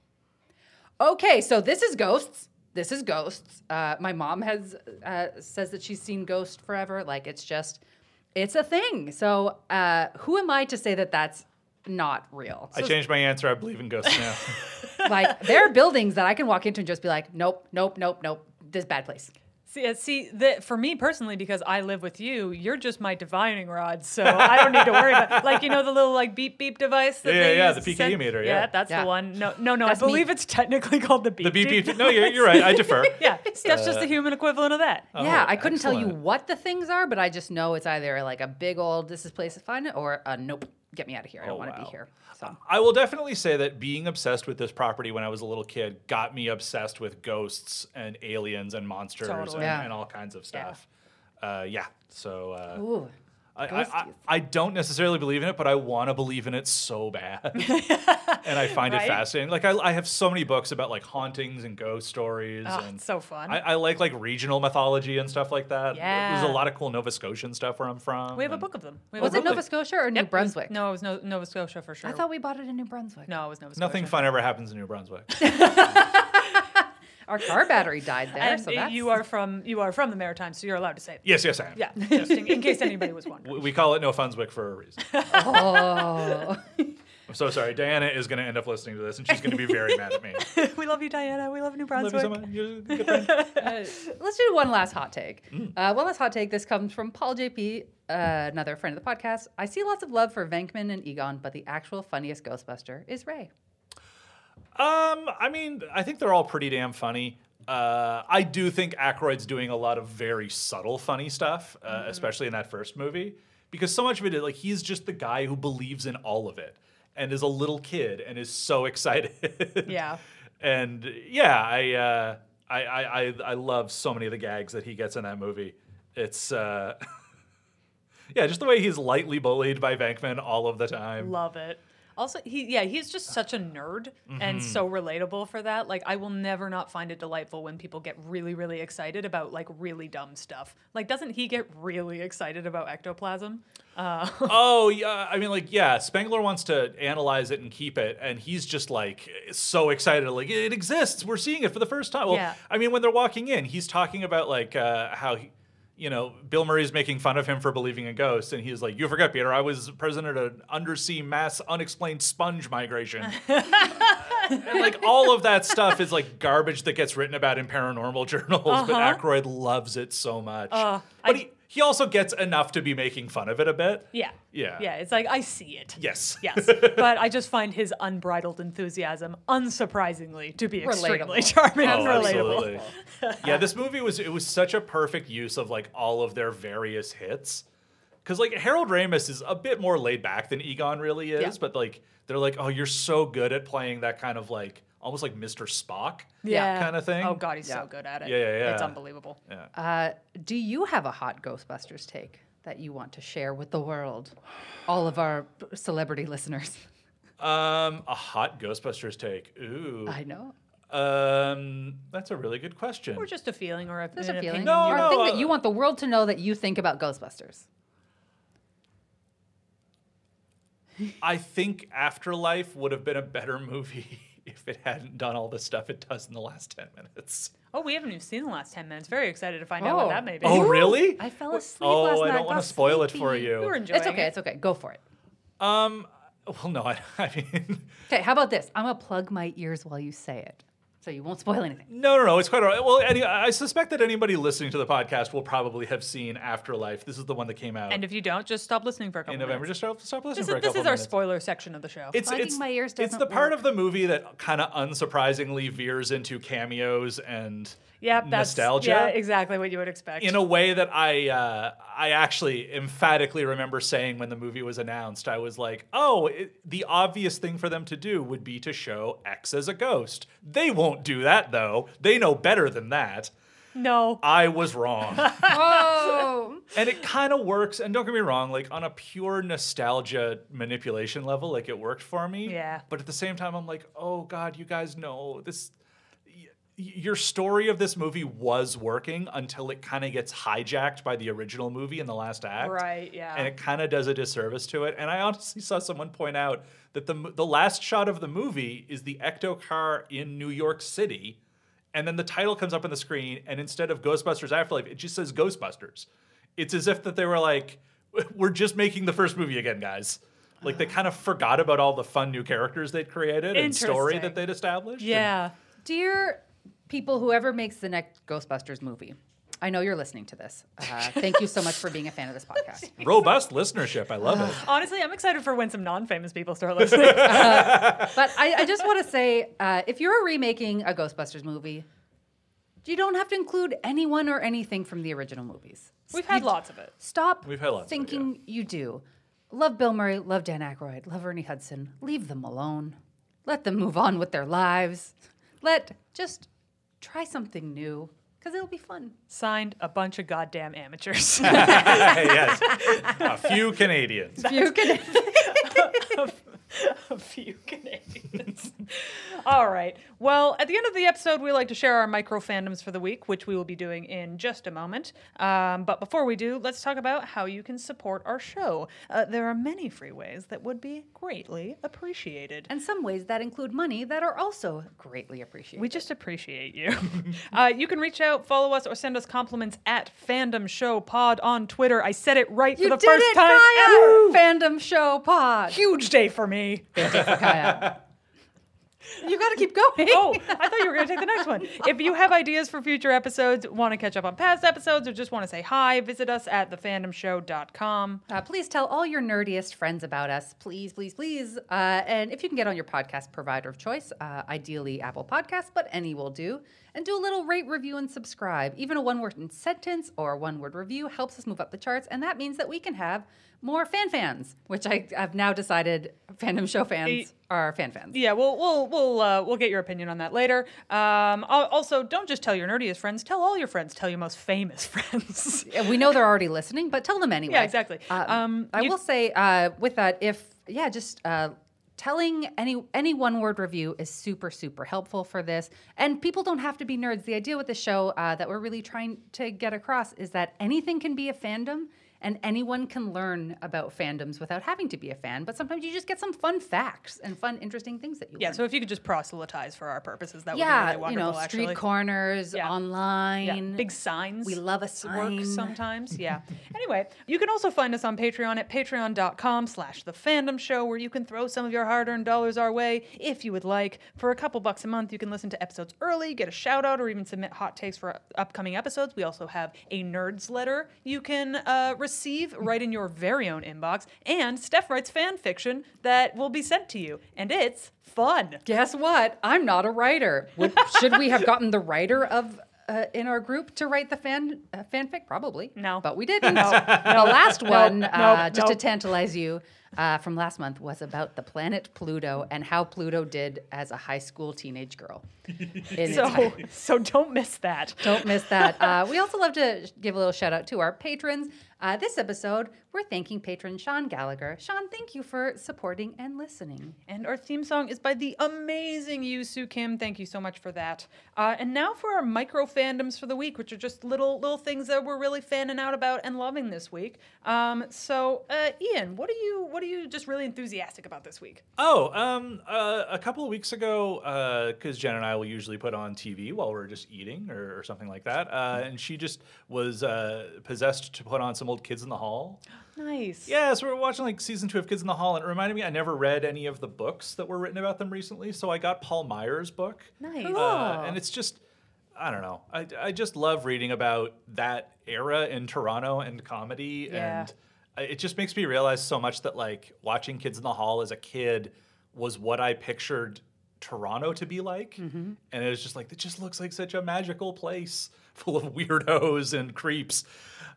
B: okay, so this is ghosts. This is ghosts. Uh, my mom has uh, says that she's seen ghosts forever. Like it's just, it's a thing. So uh, who am I to say that that's not real.
C: I changed my answer. I believe in ghosts now.
B: like there are buildings that I can walk into and just be like, nope, nope, nope, nope. This bad place.
A: See, uh, see the, for me personally, because I live with you, you're just my divining rod, so I don't need to worry about. Like you know the little like beep beep device. That
C: Yeah, yeah,
A: they
C: yeah,
A: use
C: the
A: to
C: PKE
A: send-
C: meter, yeah.
A: that's
B: Yeah.
A: the one. No, no, no.
B: That's
A: I
B: me.
A: believe it's technically called the beep.
C: the beep beep.
A: device.
C: No, Uh, you're, you're right. I defer.
A: yeah, that's just the human equivalent of that.
C: oh,
B: yeah, I couldn't tell you
C: excellent.
B: what the things are, but I just know it's either like a big old this is place of fun or a nope, get me out of here. I don't
C: Oh,
B: want to
C: wow.
B: be here. So
C: I will definitely say that being obsessed with this property when I was a little kid got me obsessed with ghosts and aliens and monsters
A: Totally.
C: and,
B: Yeah.
C: and all kinds of stuff. Yeah. Uh, yeah. So uh,
B: ooh,
C: I, I, I,
B: ghosties.
C: I don't necessarily believe in it, but I want to believe in it so bad. and I find
A: Right?
C: it fascinating. Like, I, I have so many books about like hauntings and ghost stories.
A: Oh,
C: and
A: it's so fun.
C: I, I like like regional mythology and stuff like that. There's
A: Yeah.
C: a lot of cool Nova Scotian stuff where I'm from.
A: we have a
C: and-
A: book of them. We have
B: was
A: a
B: it
A: book of-
B: Nova Scotia or New
A: Yep, it was-
B: Brunswick?
A: No, it was no, Nova Scotia for sure.
B: I thought we bought it in New Brunswick.
A: no, it was Nova Scotia.
C: Nothing fun ever happens in New Brunswick.
B: Our car battery died there,
A: And
B: so
A: uh,
B: that's
A: you are from you are from the Maritimes, so you're allowed to say it.
C: yes, yes, I am.
A: Yeah, just in, in case anybody was wondering.
C: W- We call it No Funswick for a reason.
B: Oh,
C: I'm so sorry. Diana is going to end up listening to this, and she's going to be very mad at me.
A: we love you, Diana. We love New
C: Love
A: Brunswick.
C: you so much. You're a good friend.
B: let's do one last hot take.
C: Mm.
B: Uh, one last hot take. This comes from Paul JP, uh, another friend of the podcast. I see lots of love for Venkman and Egon, but the actual funniest Ghostbuster is Ray.
C: Um, I mean, I think they're all pretty damn funny. Uh, I do think Aykroyd's doing a lot of very subtle funny stuff, uh, especially in that first movie, because so much of it is like he's just the guy who believes in all of it and is a little kid and is so excited.
A: Yeah.
C: and yeah, I, uh, I, I I I love so many of the gags that he gets in that movie. It's uh, yeah, just the way he's lightly bullied by Bankman all of the time.
A: Love it. Also, he yeah, he's just such a nerd
C: Mm-hmm.
A: and so relatable for that. Like, I will never not find it delightful when people get really, really excited about like really dumb stuff. Like, doesn't he get really excited about ectoplasm? Uh,
C: Oh yeah, I mean like yeah, Spengler wants to analyze it and keep it, and he's just like so excited, like it exists. We're seeing it for the first time. Well,
A: Yeah.
C: I mean when they're walking in, he's talking about like uh, how he, you know Bill Murray's making fun of him for believing in ghosts, and he's like, "You forget, Peter. I was president of an undersea mass unexplained sponge migration." and like all of that stuff is like garbage that gets written about in paranormal journals, but Aykroyd loves it so much.
A: Uh,
C: but
A: Uh-huh. I-
C: he, he also gets enough to be making fun of it a bit.
A: yeah.
C: Yeah.
A: Yeah. It's like I see it.
C: Yes.
A: Yes, but I just find his unbridled enthusiasm, unsurprisingly, to be extremely
B: Relatable.
A: charming
C: Oh,
A: and relatable.
C: absolutely. yeah, this movie was it was such a perfect use of like all of their various hits. Cause like Harold Ramis is a bit more laid back than Egon really is,
A: Yeah.
C: but like they're like, oh, you're so good at playing that kind of like almost like Mr. Spock.
A: Yeah,
C: Kinda thing.
A: Oh god, he's
B: Yeah.
A: so good at it.
C: Yeah, yeah,
A: It's
C: yeah.
A: unbelievable.
B: Uh, do you have a hot Ghostbusters take that you want to share with the world, all of our celebrity listeners?
C: Um, a hot Ghostbusters take. Ooh.
B: I know.
C: Um, that's a really good question.
A: Or just a feeling, or a,
B: There's
A: an
B: a feeling.
A: opinion.
C: No,
B: or
A: you
B: a
C: no,
B: thing
C: uh,
B: that you want the world to know that you think about Ghostbusters.
C: I think Afterlife would have been a better movie if it hadn't done all the stuff it does in the last ten minutes.
A: Oh, we haven't even seen the last 10 minutes. Very excited to find out what
B: Oh.
A: that may be.
C: Oh, really?
B: I fell asleep
C: oh,
B: last night.
C: I don't want
B: got
C: to spoil it for
B: sleepy.
C: you.
A: We were enjoying
B: It's okay.
A: it.
B: It's okay. Go for it.
C: Um, well, no, I, I mean,
B: Okay. How about this? I'm gonna plug my ears while you say it, so you won't spoil anything.
C: no, no, no. It's quite all right. Well, any, I suspect that anybody listening to the podcast will probably have seen Afterlife. This is the one that came out
A: And if you don't, just stop listening for a couple
C: in November.
A: minutes.
C: Just stop, stop listening
A: This
C: for a
A: is, this
C: couple
A: is our
C: minutes.
A: spoiler section of the show.
C: It's,
B: Plugging
C: it's,
B: my ears
C: it's
B: doesn't
C: the part
B: work.
C: of the movie that kind of unsurprisingly veers into cameos and
A: yep, that's
C: nostalgia.
A: Yeah, exactly what you would expect.
C: in a way that I uh, I actually emphatically remember saying when the movie was announced, I was like, "Oh, it, the obvious thing for them to do would be to show X as a ghost. They won't do that though. They know better than that."
A: no.
C: I was wrong.
B: Oh.
C: and it kind of works, and don't get me wrong, like on a pure nostalgia manipulation level, like it worked for me.
A: Yeah.
C: But at the same time, I'm like, "Oh god, you guys know this your story of this movie was working until it kind of gets hijacked by the original movie in the last act.
A: Right, yeah.
C: And it kind of does a disservice to it. And I honestly saw someone point out that the mo- the last shot of the movie is the ecto car in New York City. And then the title comes up on the screen and instead of Ghostbusters Afterlife, it just says Ghostbusters. It's as if that they were like we're just making the first movie again, guys. Like
A: Ah.
C: they kind of forgot about all the fun new characters they'd created and story that
A: Interesting.
C: they'd established. and-
A: Yeah.
B: Dear people, whoever makes the next Ghostbusters movie, I know you're listening to this. Uh, thank you so much for being a fan of this podcast.
C: robust listenership. I love it.
A: Honestly, I'm excited for when some non-famous people start listening.
B: But I, I just want to say uh, if you're remaking a Ghostbusters movie, you don't have to include anyone or anything from the original movies.
A: We've had lots of it.
B: Stop
C: We've had lots of it,
B: thinking you do. Love Bill Murray, love Dan Aykroyd, love Ernie Hudson. Leave them alone. Let them move on with their lives. Let just try something new because it'll be fun.
A: Signed a bunch of goddamn amateurs.
C: yes, a few Canadians.
B: You can
A: a few Canadians. All right. Well, at the end of the episode, we like to share our micro fandoms for the week, which we will be doing in just a moment. Um, but before we do, let's talk about how you can support our show. Uh, there are many free ways that would be greatly appreciated.
B: and some ways that include money that are also greatly appreciated.
A: We just appreciate you. uh, you can reach out, follow us, or send us compliments at Fandom Show Pod on Twitter. I said it right
B: you
A: for the
B: did
A: first
B: it,
A: time
B: Kaya!
A: ever.
B: Fandom show pod.
A: Huge day for me.
B: Kaya. You got to keep going.
A: oh, I thought you were going to take the next one. If you have ideas for future episodes, want to catch up on past episodes, or just want to say hi, visit us at thefandomshow.com.
B: Uh, please tell all your nerdiest friends about us. Please, please, please. Uh, and if you can get on your podcast provider of choice, uh, ideally Apple Podcasts, but any will do. And do a little rate, review, and subscribe. Even a one word sentence or a one word review helps us move up the charts. And that means that we can have more fan fans, which I have now decided fandom show
A: Eh.
B: fans are fan fans.
A: Yeah, we'll we'll we'll uh, we'll get your opinion on that later. Um, al- also, don't just tell your nerdiest friends; tell all your friends. Tell your most famous friends.
B: Yeah, we know they're already listening, but tell them anyway.
A: Yeah, exactly.
B: Um,
A: Um,
B: I
A: you-
B: will say uh, with that, if yeah, just uh, telling any any one word review is super super helpful for this, and people don't have to be nerds. The idea with the show uh, that we're really trying to get across is that anything can be a fandom. And anyone can learn about fandoms without having to be a fan, but sometimes you just get some fun facts and fun, interesting things that you
A: yeah,
B: learn.
A: so if you could just proselytize for our purposes, that would be
B: yeah,
A: really
B: you
A: wonderful.
B: know, street
A: actually.
B: corners,
A: Yeah. Yeah,
B: online,
A: big signs.
B: We love a
A: s- work
B: sign.
A: sometimes. Yeah. anyway, you can also find us on Patreon at patreon.com slash the fandom show where you can throw some of your hard-earned dollars our way if you would like. For a couple bucks a month, you can listen to episodes early, get a shout out, or even submit hot takes for upcoming episodes. We also have a nerds letter you can uh, receive right in your very own inbox. And Steph writes fan fiction that will be sent to you. And it's fun.
B: guess what? I'm not a writer. Would, should we have gotten the writer of uh, in our group to write the fan uh, fanfic? Probably
A: No.
B: but we didn't. the last one, uh,
A: nope,
B: just
A: nope.
B: to tantalize you, uh, from last month was about the planet Pluto and how Pluto did as a high school teenage girl. In its
A: So, so don't miss that.
B: don't miss that. Uh, we also love to sh- give a little shout out to our patrons. Uh, this episode, we're thanking patron Sean Gallagher. Sean, thank you for supporting and listening.
A: And our theme song is by the amazing Yusu Kim. Thank you so much for that. Uh, and now for our micro fandoms for the week, which are just little little things that we're really fanning out about and loving this week. Um, so, uh, Ian, what are you what are you just really enthusiastic about this week?
C: Oh, um, uh, a couple of weeks ago, because Jen and I will usually put on TV while we're just eating or, or something like that, uh, and she just was uh, possessed to put on some old Kids in the Hall.
A: Nice.
C: Yeah, so we were watching like season two of Kids in the Hall, and it reminded me I never read any of the books that were written about them recently, so I got Paul Meyer's book.
A: Nice.
C: Uh, and it's just, I don't know. I, I just love reading about that era in Toronto and comedy.
A: Yeah.
C: And I- it just makes me realize so much that, like, watching Kids in the Hall as a kid was what I pictured Toronto to be like. And it was just like, it just looks like such a magical place full of weirdos and creeps.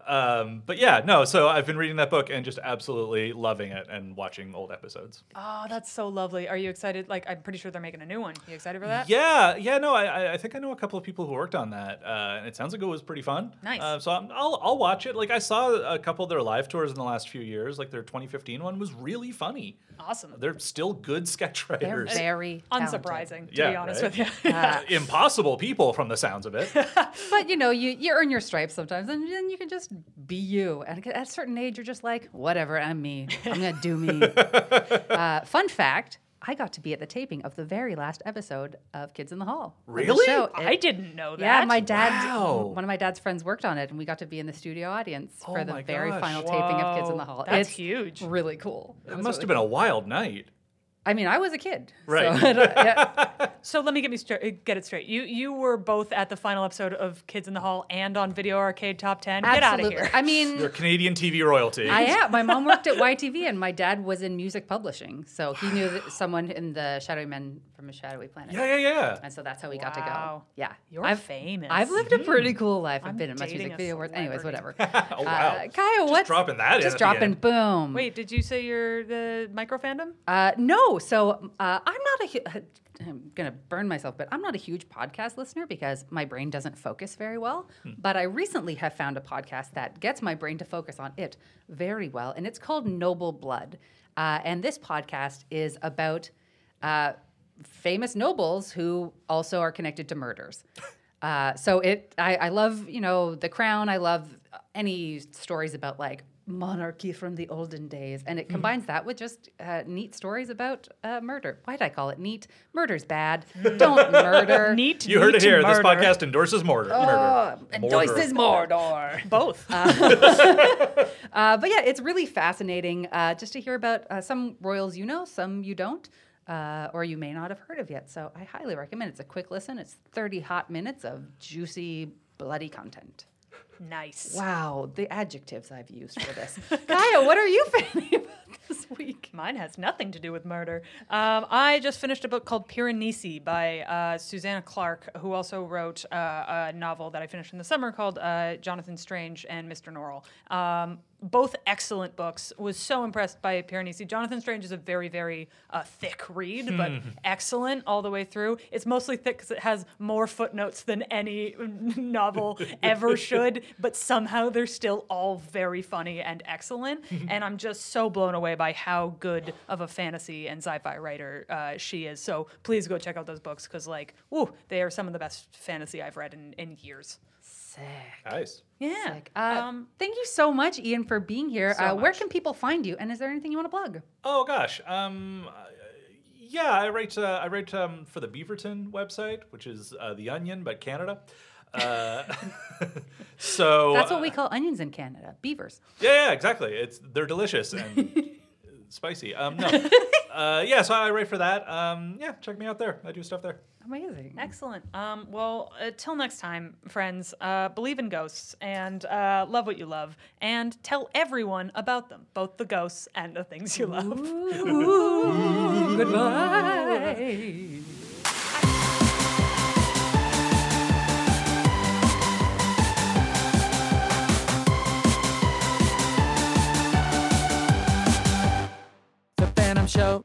C: Um, but yeah, no, so I've been reading that book and just absolutely loving it and watching old episodes.
A: Oh, that's so lovely. Are you excited? Like, I'm pretty sure they're making a new one. You excited for that?
C: Yeah, yeah, no, I, I- I think I know a couple of people who worked on that, uh, and it sounds like it was pretty fun.
A: Nice.
C: Uh, so I'm, I'll I'll watch it. Like I saw a couple of their live tours in the last few years. Like their 2015 one was really funny.
A: Awesome.
C: They're still good sketch
B: They're
C: writers.
B: very talented.
A: Unsurprising, to
C: Yeah,
A: be honest
C: right?
A: with you.
C: Uh, Impossible people from the sounds of it.
B: But you know, you, you earn your stripes sometimes, and then you can just be you. And at a certain age, you're just like, whatever, I'm me. I'm gonna do me. uh, fun fact: I got to be at the taping of the very last episode of Kids in the Hall. of the
C: Really?
B: show.
E: Oh, I
B: Oh, It-
E: didn't know that.
B: Yeah, my dad,
C: Wow.
B: one of my dad's friends worked on it, and we got to be in the studio audience
C: Oh
B: for the
C: my
B: very
C: gosh.
B: final taping of Kids in the
E: Whoa,
B: Hall.
E: that's
B: it's
E: huge.
B: Really cool.
C: It must have been a wild night.
B: I mean, I was a kid. so-
C: Right.
B: yeah.
E: So let me get me straight, get it straight. You you were both at the final episode of Kids in the Hall and on Video Arcade Top Ten. Get out of
B: Absolutely.
E: here.
B: I mean,
C: You're Canadian TV royalty.
B: I am. My mom worked at YTV, and my dad was in music publishing, so he knew that someone in the Shadowy Men from a Shadowy Planet.
C: yeah, yeah, yeah.
B: And so that's how we got to go.
E: Wow.
B: Yeah,
E: You're
B: I've
E: famous.
B: I've lived a pretty cool life. I've
E: I'm
B: been in much
E: dating
B: music
E: a
B: video awards. Anyways,
E: celebrity.
B: whatever.
C: oh wow.
B: Uh, Kaya,
C: Just
B: what's
C: dropping that in
B: Just
C: at the
B: dropping.
C: end.
B: Boom.
E: Wait, did you say you're the micro fandom?
B: Uh, no, so uh, I'm not a. hu- I'm gonna burn myself, but I'm not a huge podcast listener because my brain doesn't focus very well. But I recently have found a podcast that gets my brain to focus on it very well, and it's called Noble Blood. Uh, and this podcast is about uh, famous nobles who also are connected to murders. Uh, so it, I, I love, you know, The Crown. I love any stories about like monarchy from the olden days, and it combines that with just uh, neat stories about uh, murder. Why'd I call it neat? Murder's bad. Don't murder.
E: Neat.
C: You heard it
E: neat
C: here. This
E: murder.
C: podcast endorses murder. murder.
B: Endoises Mordor.
E: Both.
B: Uh, but yeah, it's really fascinating uh, just to hear about uh, some royals you know, some you don't, uh, or you may not have heard of yet. So I highly recommend. it. It's a quick listen. It's 30 hot minutes of juicy, bloody content.
E: nice.
B: Wow, the adjectives I've used for this. Kaya, what are you fanning about this week?
E: Mine has nothing to do with murder. Um, I just finished a book called Piranesi by uh, Susanna Clark, who also wrote uh, a novel that I finished in the summer called uh, Jonathan Strange and Mr. Norrell. Um, both excellent books. Was so impressed by Piranesi. Jonathan Strange is a very, very uh, thick read, but excellent all the way through. It's mostly thick because it has more footnotes than any novel ever should, but somehow they're still all very funny and excellent. and I'm just so blown away by how good of a fantasy and sci-fi writer uh, she is. So please go check out those books because, like, woo, they are some of the best fantasy I've read in, in years.
B: Sick.
C: Nice.
E: Yeah.
B: Sick. Uh, thank you so much, Ian, for being here.
E: So
B: uh, where
E: much.
B: can people find you? And is there anything you want to plug?
C: Oh gosh. Um, uh, yeah, I write. Uh, I write um, for the Beaverton website, which is uh, the Onion, but Canada. Uh, so
B: That's what
C: uh,
B: we call onions in Canada beavers.
C: Yeah, yeah, exactly. It's they're delicious and spicy. Um, no. Uh, yeah, so I write for that. Um, yeah, check me out there. I do stuff there.
B: Amazing.
E: Excellent. Um, well, uh, till next time, friends, uh, believe in ghosts and uh, love what you love and tell everyone about them, both the ghosts and the things you love.
B: Ooh, goodbye.
F: The Phantom Show.